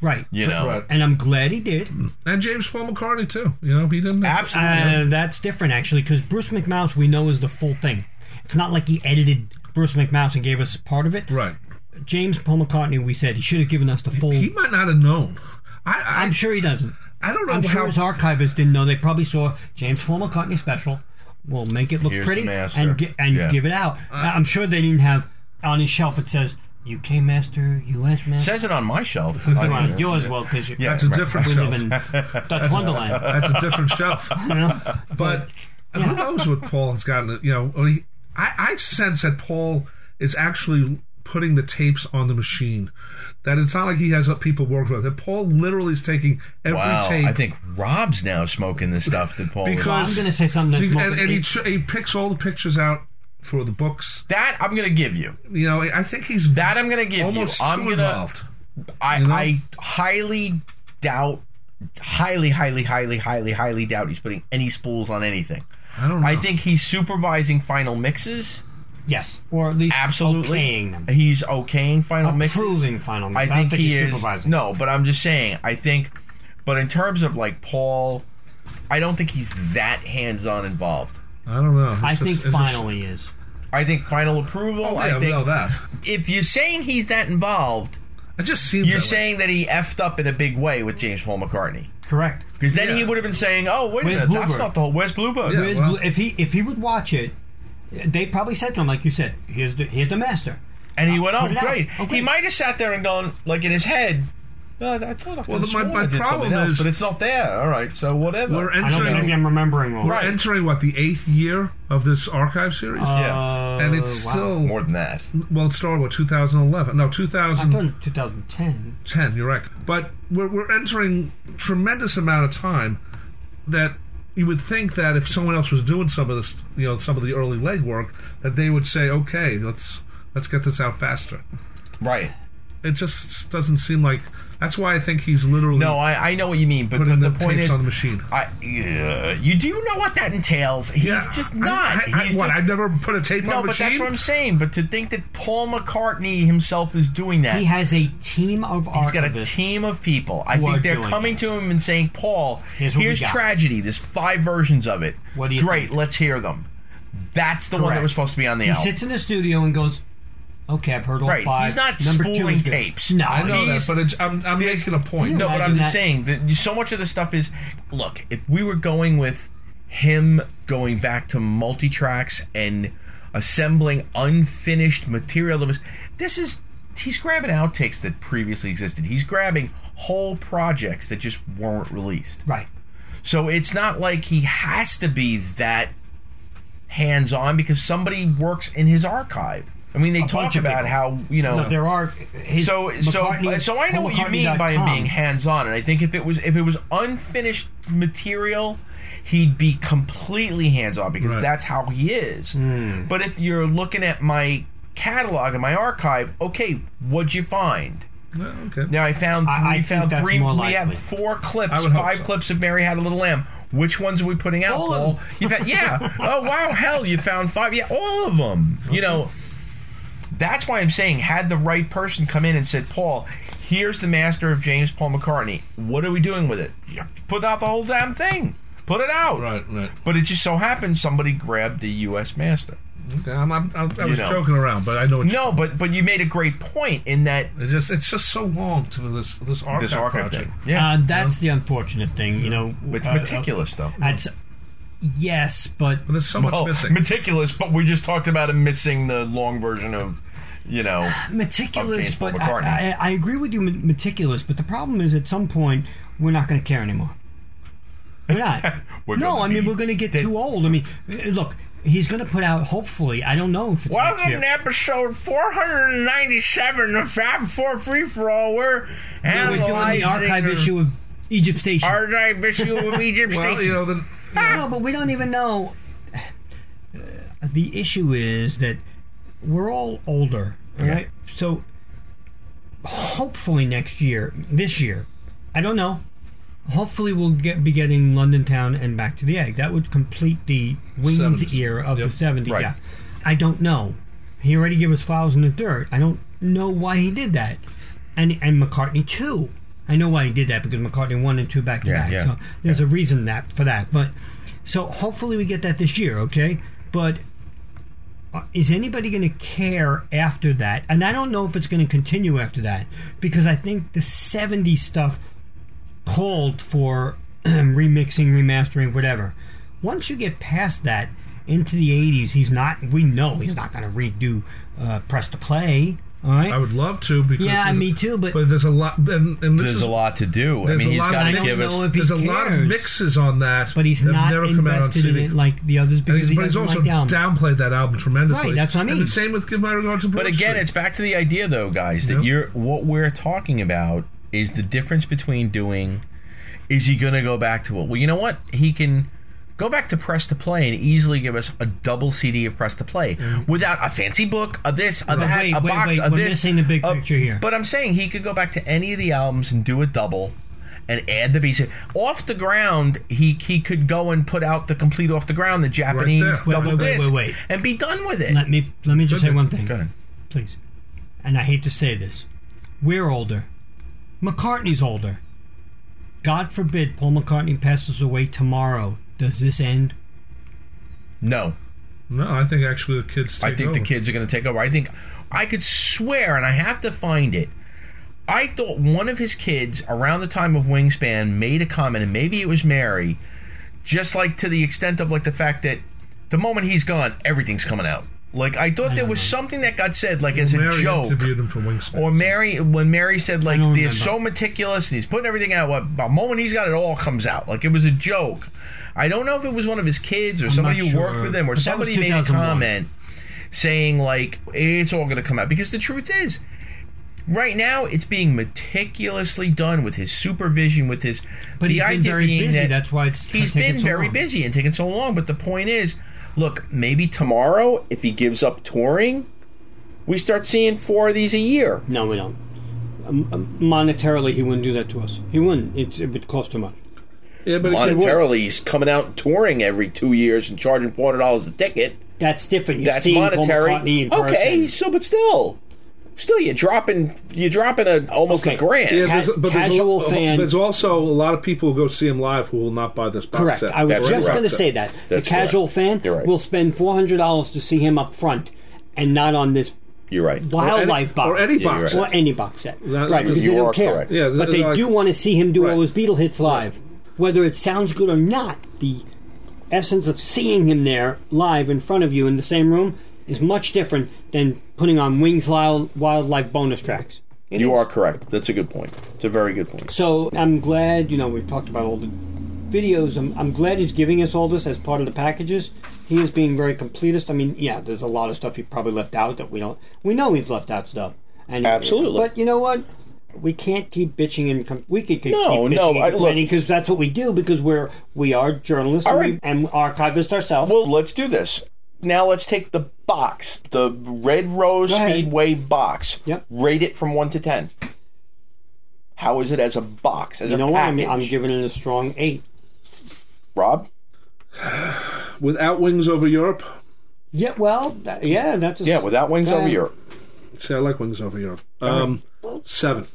Speaker 2: right
Speaker 3: You know?
Speaker 4: Right.
Speaker 2: and I'm glad he did.
Speaker 3: Mm-hmm.
Speaker 4: And James Paul McCartney too. You know, he didn't.
Speaker 3: Absolutely.
Speaker 2: Uh, that's different, actually, because Bruce McMouse we know is the full thing. It's not like he edited Bruce McMouse and gave us part of it.
Speaker 4: right.
Speaker 2: James Paul McCartney, we said he should have given us the full.
Speaker 4: He might not have known. I
Speaker 2: I'm sure he doesn't.
Speaker 4: I, I don't know
Speaker 2: I'm sure
Speaker 4: how.
Speaker 2: his archivists didn't know. They probably saw James Paul McCartney special. We'll make it look
Speaker 3: Here's
Speaker 2: pretty
Speaker 3: the master.
Speaker 2: and gi- and
Speaker 3: Yeah.
Speaker 2: give it out. Uh, I'm sure they didn't have on his shelf. It says UK Master, US Master.
Speaker 3: Says it on my shelf.
Speaker 2: Come on, yours well because you
Speaker 4: that's a
Speaker 3: right.
Speaker 4: different
Speaker 2: we live
Speaker 4: shelf.
Speaker 2: in Dutch Wonderland.
Speaker 4: That's a different shelf.
Speaker 2: You know?
Speaker 4: But who knows what Paul has gotten? You know, when he, I, I sense that Paul is actually putting the tapes on the machine. That it's not like he has people working with. That Paul literally is taking every
Speaker 3: Wow.
Speaker 4: tape.
Speaker 3: I think Rob's now smoking the stuff that Paul. was-
Speaker 4: Because-
Speaker 2: I'm going to say something. That's
Speaker 4: and,
Speaker 2: more-
Speaker 4: and he, tr- he picks all the pictures out for the books.
Speaker 3: that I'm gonna give you.
Speaker 4: You know, I think he's
Speaker 3: That I'm gonna give
Speaker 4: almost
Speaker 3: you. I'm
Speaker 4: too
Speaker 3: gonna.
Speaker 4: involved.
Speaker 3: I,
Speaker 4: know?
Speaker 3: I highly doubt, highly, highly, highly, highly, highly doubt he's putting any spools on anything.
Speaker 4: I don't know.
Speaker 3: I think he's supervising final mixes.
Speaker 2: yes, or at least
Speaker 3: Absolutely.
Speaker 2: okaying them,
Speaker 3: He's okaying final mixes.
Speaker 2: approving final. mix.
Speaker 3: I
Speaker 2: don't
Speaker 3: think, he
Speaker 2: he's
Speaker 3: is.
Speaker 2: supervising.
Speaker 3: No, but I'm just saying. I think, but in terms of like Paul, I don't think he's that hands-on involved.
Speaker 4: I don't know.
Speaker 2: I
Speaker 4: It's
Speaker 2: think
Speaker 4: just- it's just-
Speaker 2: finally is.
Speaker 3: I think final approval.
Speaker 4: Oh, yeah,
Speaker 3: I think
Speaker 4: well, that.
Speaker 3: if you're saying he's that involved,
Speaker 4: It just seems.
Speaker 3: you're
Speaker 4: that way.
Speaker 3: saying that he effed up in a big way with James Paul McCartney.
Speaker 2: Correct.
Speaker 3: Because then
Speaker 4: Yeah.
Speaker 3: he would have been saying, "Oh,
Speaker 2: Where's
Speaker 3: wait a minute, that's
Speaker 2: Bluebird?
Speaker 3: not the whole Where's Bluebird."
Speaker 4: Yeah.
Speaker 2: Where's
Speaker 4: well-
Speaker 2: Blue- if he if he would watch it, they probably said to him like you said, "Here's the here's the master."
Speaker 3: And he went, "Oh,
Speaker 2: Put it out.
Speaker 3: great."
Speaker 2: Oh,
Speaker 3: He
Speaker 2: great.
Speaker 3: might have sat there and gone, like in his head, "Oh, I thought I
Speaker 4: Well,
Speaker 3: could've
Speaker 4: my-
Speaker 3: sworn
Speaker 4: my
Speaker 3: I did something
Speaker 4: problem
Speaker 3: else,
Speaker 4: is-
Speaker 3: but it's not there. All right, so whatever."
Speaker 4: We're
Speaker 2: I don't
Speaker 4: entering-
Speaker 2: think I'm remembering all.
Speaker 4: We're entering what the eighth year of this archive series,
Speaker 3: yeah,
Speaker 4: and
Speaker 2: Uh,
Speaker 4: it's
Speaker 2: wow.
Speaker 4: still
Speaker 3: more than that.
Speaker 4: well, it started with 2011. No,
Speaker 2: I thought
Speaker 4: 2010.
Speaker 2: in 2010.
Speaker 4: You're right, but we're we're entering tremendous amount of time that you would think that if someone else was doing some of this, you know, some of the early legwork, that they would say, okay, let's let's get this out faster.
Speaker 3: Right.
Speaker 4: it just doesn't seem like. That's why I think he's literally
Speaker 3: No, I, I know what you mean, but,
Speaker 4: putting
Speaker 3: but the,
Speaker 4: the
Speaker 3: point
Speaker 4: tapes
Speaker 3: is,
Speaker 4: on the machine.
Speaker 3: I, yeah, you do know what that entails. He's
Speaker 4: Yeah,
Speaker 3: just
Speaker 4: I-
Speaker 3: not.
Speaker 4: I, I,
Speaker 3: He's
Speaker 4: what,
Speaker 3: just-
Speaker 4: I've never put a tape
Speaker 3: no,
Speaker 4: on a
Speaker 3: but
Speaker 4: machine.
Speaker 3: that's what I'm saying. But to think that Paul McCartney himself is doing that,
Speaker 2: He has a team of
Speaker 3: He's got a
Speaker 2: archivists.
Speaker 3: team of people. I
Speaker 7: Who are
Speaker 3: think they're
Speaker 7: doing
Speaker 3: coming
Speaker 7: it.
Speaker 3: to him and saying, "Paul,
Speaker 7: Here's
Speaker 3: here's,
Speaker 7: what we got."
Speaker 3: tragedy. There's five versions of it.
Speaker 7: What do you
Speaker 3: Great,
Speaker 7: think?"
Speaker 3: let's hear them." That's the one that
Speaker 7: Correct.
Speaker 3: was supposed to be on the
Speaker 2: He
Speaker 3: album.
Speaker 2: sits in the studio and goes, "Okay, I've heard all
Speaker 3: Right,
Speaker 2: five.
Speaker 3: he's not
Speaker 2: Number two is
Speaker 3: spooling
Speaker 2: good."
Speaker 3: tapes.
Speaker 2: No,
Speaker 4: I know that,
Speaker 3: He's-
Speaker 4: but it's, I'm, I'm making a point.
Speaker 3: No, but I'm
Speaker 2: Imagine that.
Speaker 3: just saying that you- so much of the stuff is. Look, if we were going with him going back to multi tracks and assembling unfinished material that was, this is he's grabbing outtakes that previously existed. He's grabbing whole projects that just weren't released.
Speaker 2: right.
Speaker 3: So it's not like he has to be that hands on because somebody works in his archive. I mean, they talk
Speaker 2: bunch of
Speaker 3: about
Speaker 2: people.
Speaker 3: how you know
Speaker 2: No, there are his
Speaker 3: so so
Speaker 2: McCartney-
Speaker 3: so I know what you mean by him
Speaker 2: PaulMcCartney.com.
Speaker 3: being hands on, and I think if it was if it was unfinished material, he'd be completely hands on because
Speaker 4: Right.
Speaker 3: that's how he is.
Speaker 2: Hmm.
Speaker 3: But if you're looking at my catalog and my archive, okay, what'd you find?
Speaker 4: No, okay.
Speaker 3: Now I found
Speaker 2: I-
Speaker 3: three,
Speaker 2: I think
Speaker 3: found
Speaker 2: that's
Speaker 3: three.
Speaker 2: more
Speaker 3: we have
Speaker 2: likely.
Speaker 3: four clips,
Speaker 4: I would hope
Speaker 3: five
Speaker 4: so.
Speaker 3: clips of Mary Had a Little Lamb. Which ones are we putting out,
Speaker 2: All of
Speaker 3: Paul?
Speaker 2: them.
Speaker 3: You found, yeah. Oh wow, hell, you found five. Yeah, all of them. You know, that's why I'm saying had the right person come in and said, Paul, here's the master of James Paul McCartney. What are we doing with it? Yeah, Put out the whole damn thing. Put it out.
Speaker 4: Right, right.
Speaker 3: But it just so happens somebody grabbed the U.S. master.
Speaker 4: Okay, I'm, I'm, I'm, I
Speaker 3: You
Speaker 4: was
Speaker 3: know.
Speaker 4: joking around, but I know what you-
Speaker 3: No, but but you made a great point in that
Speaker 4: It's just it's just so long to this this archive,
Speaker 3: this archive
Speaker 4: project.
Speaker 3: thing. Yeah,
Speaker 2: Uh, that's the unfortunate thing, you know.
Speaker 3: it's
Speaker 2: uh, uh,
Speaker 3: meticulous though.
Speaker 2: That's yes, but
Speaker 4: But there's so
Speaker 3: well,
Speaker 4: much missing.
Speaker 3: Oh, meticulous, but we just talked about him missing the long version of, you know,
Speaker 2: meticulous.
Speaker 3: James Paul
Speaker 2: but
Speaker 3: McCartney.
Speaker 2: I, I, I agree with you, me- meticulous. But the problem is, at some point, we're not going to care anymore. We're not.
Speaker 3: We're
Speaker 2: no,
Speaker 3: gonna
Speaker 2: I mean
Speaker 3: be
Speaker 2: we're going to get
Speaker 3: dead.
Speaker 2: too old. I mean, uh, look, he's going to put out. Hopefully, I don't know if it's next
Speaker 3: Welcome
Speaker 2: year.
Speaker 3: to episode 497 of Fab 4 Free For All. We're
Speaker 2: We're doing
Speaker 3: analyzing
Speaker 2: the archive issue of Egypt Station.
Speaker 3: Archive issue of Egypt
Speaker 4: Well,
Speaker 3: Station.
Speaker 4: you know, then
Speaker 2: no, but we don't even know. Uh, the issue is that we're all older, all right? So hopefully next year, this year, I don't know. Hopefully we'll get be getting London Town and Back to the Egg. That would complete the Wings
Speaker 4: 70s.
Speaker 2: era of the '70s.
Speaker 3: Right.
Speaker 2: Yeah, I don't know. He already gave us Flowers in the Dirt. I don't know why he did that, and and McCartney too. I know why he did that because McCartney one and two back to back.
Speaker 3: yeah.
Speaker 2: So there's a reason that for that. But so hopefully we get that this year, okay? But uh, is anybody going to care after that? And I don't know if it's going to continue after that because I think the 70 stuff called for remixing, remastering, whatever. Once you get past that into the 80s, he's not, we know he's not going to redo uh, Press to Play, all right?
Speaker 4: I would love to because
Speaker 2: Yeah,
Speaker 4: there's-
Speaker 2: me too, but-
Speaker 4: but there's a lot and, and this
Speaker 3: There's
Speaker 4: is
Speaker 3: a lot to do. I
Speaker 4: there's
Speaker 3: mean,
Speaker 4: a
Speaker 3: he's
Speaker 4: lot of
Speaker 3: got to
Speaker 4: mix-
Speaker 3: give us.
Speaker 2: know if he
Speaker 4: there's a lot of
Speaker 2: cares.
Speaker 4: mixes on that,
Speaker 2: but he's
Speaker 4: that
Speaker 2: not
Speaker 4: never come out on
Speaker 2: invested in
Speaker 4: CD.
Speaker 2: it like the others
Speaker 4: And
Speaker 2: because
Speaker 4: he's-
Speaker 2: he
Speaker 4: but he's
Speaker 2: doesn't
Speaker 4: also
Speaker 2: like down.
Speaker 4: downplayed that album tremendously.
Speaker 2: Right, that's what I
Speaker 4: And
Speaker 2: mean.
Speaker 4: the same with "Give My Regards to Broad
Speaker 3: But again,
Speaker 4: Street.
Speaker 3: it's back to the idea, though, guys, that
Speaker 4: Yep.
Speaker 3: you're what we're talking about is the difference between doing. Is he going to go back to it? Well, you know what? He can go back to press to play and easily give us a double CD of press to play without a fancy book, a this, a that,
Speaker 2: Wait,
Speaker 3: a
Speaker 2: wait,
Speaker 3: box,
Speaker 2: wait,
Speaker 3: a
Speaker 2: we're
Speaker 3: this.
Speaker 2: missing the big
Speaker 3: a-
Speaker 2: picture here.
Speaker 3: But I'm saying he could go back to any of the albums and do a double. And add the beats off the ground. He he could go and put out the complete off the ground, the Japanese
Speaker 4: there.
Speaker 2: Wait,
Speaker 3: double
Speaker 2: wait, wait,
Speaker 3: disc,
Speaker 2: wait, wait.
Speaker 3: and be done with it.
Speaker 2: Let me let me just say one thing,
Speaker 3: Go ahead.
Speaker 2: please. And I hate to say this, we're older. McCartney's older. God forbid Paul McCartney passes away tomorrow. Does this end?
Speaker 3: No,
Speaker 4: no, I think actually the kids.
Speaker 3: I
Speaker 4: take
Speaker 3: think the
Speaker 4: over.
Speaker 3: kids are going to take over. I think I could swear, and I have to find it. I thought one of his kids around the time of Wingspan made a comment, and maybe it was Mary, just like to the extent of like the fact that the moment he's gone, everything's coming out. Like I thought there was something that got said, like as a
Speaker 4: Mary
Speaker 3: joke,
Speaker 4: interviewed him for Wingspan.
Speaker 3: or Mary when Mary said like they're
Speaker 2: don't remember.
Speaker 3: so meticulous and he's putting everything out. Well, the moment he's got it all comes out. Like it was a joke. I don't know if it was one of his kids or somebody who
Speaker 2: not
Speaker 3: worked
Speaker 2: sure.
Speaker 3: with him or
Speaker 2: But that
Speaker 3: somebody
Speaker 2: was
Speaker 3: made a
Speaker 2: 2001.
Speaker 3: comment saying like it's all going to come out because the truth is right now it's being meticulously done with his supervision with his
Speaker 2: But
Speaker 3: the
Speaker 2: he's been
Speaker 3: idea
Speaker 2: very
Speaker 3: being
Speaker 2: busy,
Speaker 3: that
Speaker 2: that's why it's
Speaker 3: he's
Speaker 2: taken
Speaker 3: been
Speaker 2: so
Speaker 3: very
Speaker 2: long.
Speaker 3: busy and taking so long but the point is look maybe tomorrow if he gives up touring we start seeing four of these a year
Speaker 2: No, we don't. um, monetarily, he wouldn't do that to us. He wouldn't. It's, it would cost him money.
Speaker 4: Yeah, but it could work.
Speaker 3: Monetarily, he's coming out and touring every two years and charging four hundred dollars a ticket.
Speaker 2: That's different. You've
Speaker 3: That's
Speaker 2: seen Paul
Speaker 3: monetary.
Speaker 2: McCartney in
Speaker 3: okay,
Speaker 2: person.
Speaker 3: so but still, still you're dropping you're dropping a almost
Speaker 2: Okay.
Speaker 3: a grand.
Speaker 4: Yeah, there's,
Speaker 2: Ca-
Speaker 4: but there's a
Speaker 2: casual
Speaker 4: lot-
Speaker 2: fan-
Speaker 4: There's also a lot of people who go see him live who will not buy this box
Speaker 2: Correct.
Speaker 4: set.
Speaker 2: I was
Speaker 3: That's
Speaker 2: just
Speaker 3: correct.
Speaker 2: going to say that.
Speaker 3: That's
Speaker 2: the casual fan
Speaker 3: You're right.
Speaker 2: will spend four hundred dollars to see him up front, and not on this
Speaker 3: You're right.
Speaker 2: wildlife box
Speaker 4: or any box
Speaker 2: or
Speaker 4: set.
Speaker 2: any box set.
Speaker 4: That-
Speaker 2: right, because
Speaker 4: you
Speaker 2: they
Speaker 3: are
Speaker 2: don't care.
Speaker 3: correct.
Speaker 4: Yeah,
Speaker 2: but they
Speaker 4: like-
Speaker 2: do want to see him do
Speaker 4: Right.
Speaker 2: all his Beatle hits live, whether it sounds good or not. The essence of seeing him there live in front of you in the same room is much different than putting on Wings Wild, Wildlife bonus tracks.
Speaker 3: You are correct. That's a good point. It's a very good point.
Speaker 2: So I'm glad, you know, we've talked about all the videos. I'm, I'm glad he's giving us all this as part of the packages. He is being very completist. I mean, yeah, there's a lot of stuff he probably left out that we don't. We know he's left out stuff. And
Speaker 3: Absolutely.
Speaker 2: But you know what? We can't keep bitching and com- we could keep,
Speaker 3: No,
Speaker 2: keep bitching
Speaker 3: no, I-
Speaker 2: and
Speaker 3: look-
Speaker 2: complaining because that's what we do because we're we are journalists
Speaker 3: All
Speaker 2: and,
Speaker 3: right.
Speaker 2: we, and archivists ourselves.
Speaker 3: Well, let's do this. Now let's take the box, the Red Rose
Speaker 2: Go ahead.
Speaker 3: Speedway box.
Speaker 2: Yep.
Speaker 3: Rate it from one to ten. How is it as a box? As
Speaker 2: you
Speaker 3: a
Speaker 2: know what? I'm,
Speaker 3: package?
Speaker 2: I'm giving it a strong eight.
Speaker 3: Rob.
Speaker 4: Without Wings Over Europe,
Speaker 2: Yeah, well, that- yeah, that's a,
Speaker 3: Yeah, without wings
Speaker 2: Yeah.
Speaker 3: over Europe.
Speaker 4: see, I like Wings Over Europe. Um, Seven.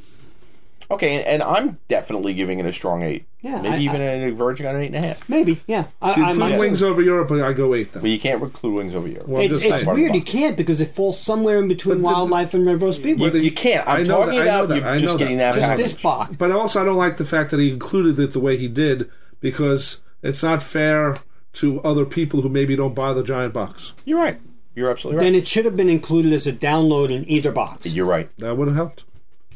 Speaker 3: Okay, and, and I'm definitely giving it a strong eight.
Speaker 2: Yeah,
Speaker 3: maybe
Speaker 2: I-
Speaker 3: even an verging on an eight and a half.
Speaker 2: maybe, yeah. I, I
Speaker 4: Include
Speaker 2: might-
Speaker 4: Wings Over Europe, I go eight then.
Speaker 3: But you can't include wings over Europe.
Speaker 4: Well, I'm
Speaker 2: It's,
Speaker 4: just
Speaker 2: it's
Speaker 4: saying.
Speaker 2: weird.
Speaker 3: Barbara.
Speaker 2: You can't because it falls somewhere in between
Speaker 4: But the-
Speaker 2: wildlife and Red Rose Speedway.
Speaker 3: you, you can't.
Speaker 4: I
Speaker 3: I'm
Speaker 4: know
Speaker 3: talking
Speaker 4: that- I know
Speaker 3: about
Speaker 4: that,
Speaker 3: you
Speaker 4: I know
Speaker 3: just getting
Speaker 4: that.
Speaker 3: that.
Speaker 2: just
Speaker 3: package.
Speaker 2: this box.
Speaker 4: But I also, I don't like the fact that he included it the way he did because it's not fair to other people who maybe don't buy the giant box.
Speaker 3: You're right. You're absolutely right.
Speaker 2: Then it should have been included as a download in either box,
Speaker 3: You're right.
Speaker 4: That would have helped.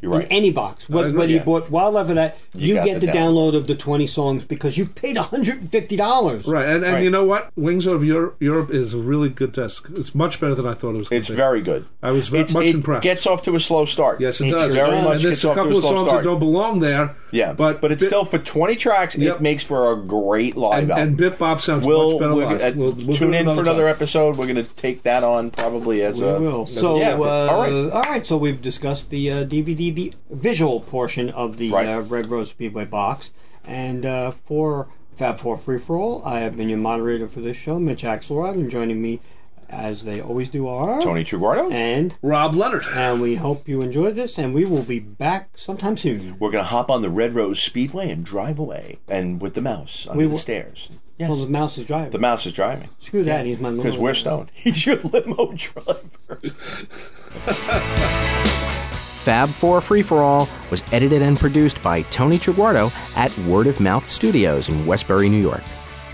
Speaker 3: You're
Speaker 2: in
Speaker 3: right.
Speaker 2: any box. Whether,
Speaker 4: agree,
Speaker 2: whether
Speaker 3: yeah.
Speaker 2: you bought wildlife or that, you,
Speaker 3: got
Speaker 2: get
Speaker 3: the
Speaker 2: the download. of the twenty songs because you paid one hundred and fifty dollars.
Speaker 4: Right, and, and
Speaker 3: Right.
Speaker 4: you know what? Wings Over Europe, Europe is a really good disc. It's much better than I thought it was. gonna
Speaker 3: It's
Speaker 4: be.
Speaker 3: very good.
Speaker 4: I was ve-
Speaker 3: It's-
Speaker 4: much
Speaker 3: it
Speaker 4: impressed.
Speaker 3: Gets off to a slow start.
Speaker 4: Yes, it does.
Speaker 3: Very much
Speaker 4: and there's
Speaker 3: gets
Speaker 4: a
Speaker 3: off to
Speaker 4: couple
Speaker 3: a
Speaker 4: of
Speaker 3: slow
Speaker 4: songs
Speaker 3: start.
Speaker 4: that don't belong there.
Speaker 3: Yeah,
Speaker 4: but
Speaker 3: but it's
Speaker 4: Bit-
Speaker 3: still for 20 tracks.
Speaker 4: Yep.
Speaker 3: It makes for a great live
Speaker 4: and,
Speaker 3: album.
Speaker 4: and Bit Bop sounds
Speaker 3: we'll,
Speaker 4: much better
Speaker 3: we'll,
Speaker 4: live.
Speaker 3: get- uh,
Speaker 4: we'll, we'll
Speaker 3: tune
Speaker 4: do it
Speaker 3: in for another
Speaker 4: time.
Speaker 3: episode. We're going to take that on probably as a.
Speaker 2: We will. So,
Speaker 3: yeah,
Speaker 2: uh,
Speaker 3: all
Speaker 2: all,
Speaker 3: right.
Speaker 2: right. So we've discussed the uh, DVD, the visual portion of the
Speaker 3: Right.
Speaker 2: uh, Red Rose Speedway box, and uh, for Fab Four Free for All, I have been your moderator for this show, Mitch Axelrod, and joining me, as they always do, are
Speaker 3: Tony Trugardo.
Speaker 2: and
Speaker 4: Rob Leonard.
Speaker 2: and we hope you enjoyed this, and we will be back sometime soon.
Speaker 3: We're going to hop on the Red Rose Speedway and drive away, and with the mouse under
Speaker 2: We
Speaker 3: the
Speaker 2: will-
Speaker 3: stairs.
Speaker 2: Well, the mouse is driving.
Speaker 3: The mouse is driving
Speaker 2: Screw that, he's my
Speaker 3: because we're stoned. He's your limo driver.
Speaker 8: Fab 4 Free for All was edited and produced by Tony Triguardo at Word of Mouth Studios in Westbury, New York.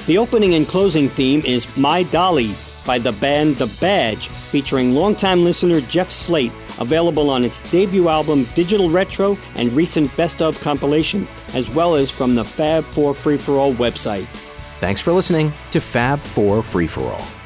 Speaker 2: The opening and closing theme is My Dolly by the band The Badge, featuring longtime listener Jeff Slate, available on its debut album Digital Retro and recent Best of compilation, as well as from the Fab 4 Free for All website.
Speaker 8: Thanks for listening to Fab 4 Free for All.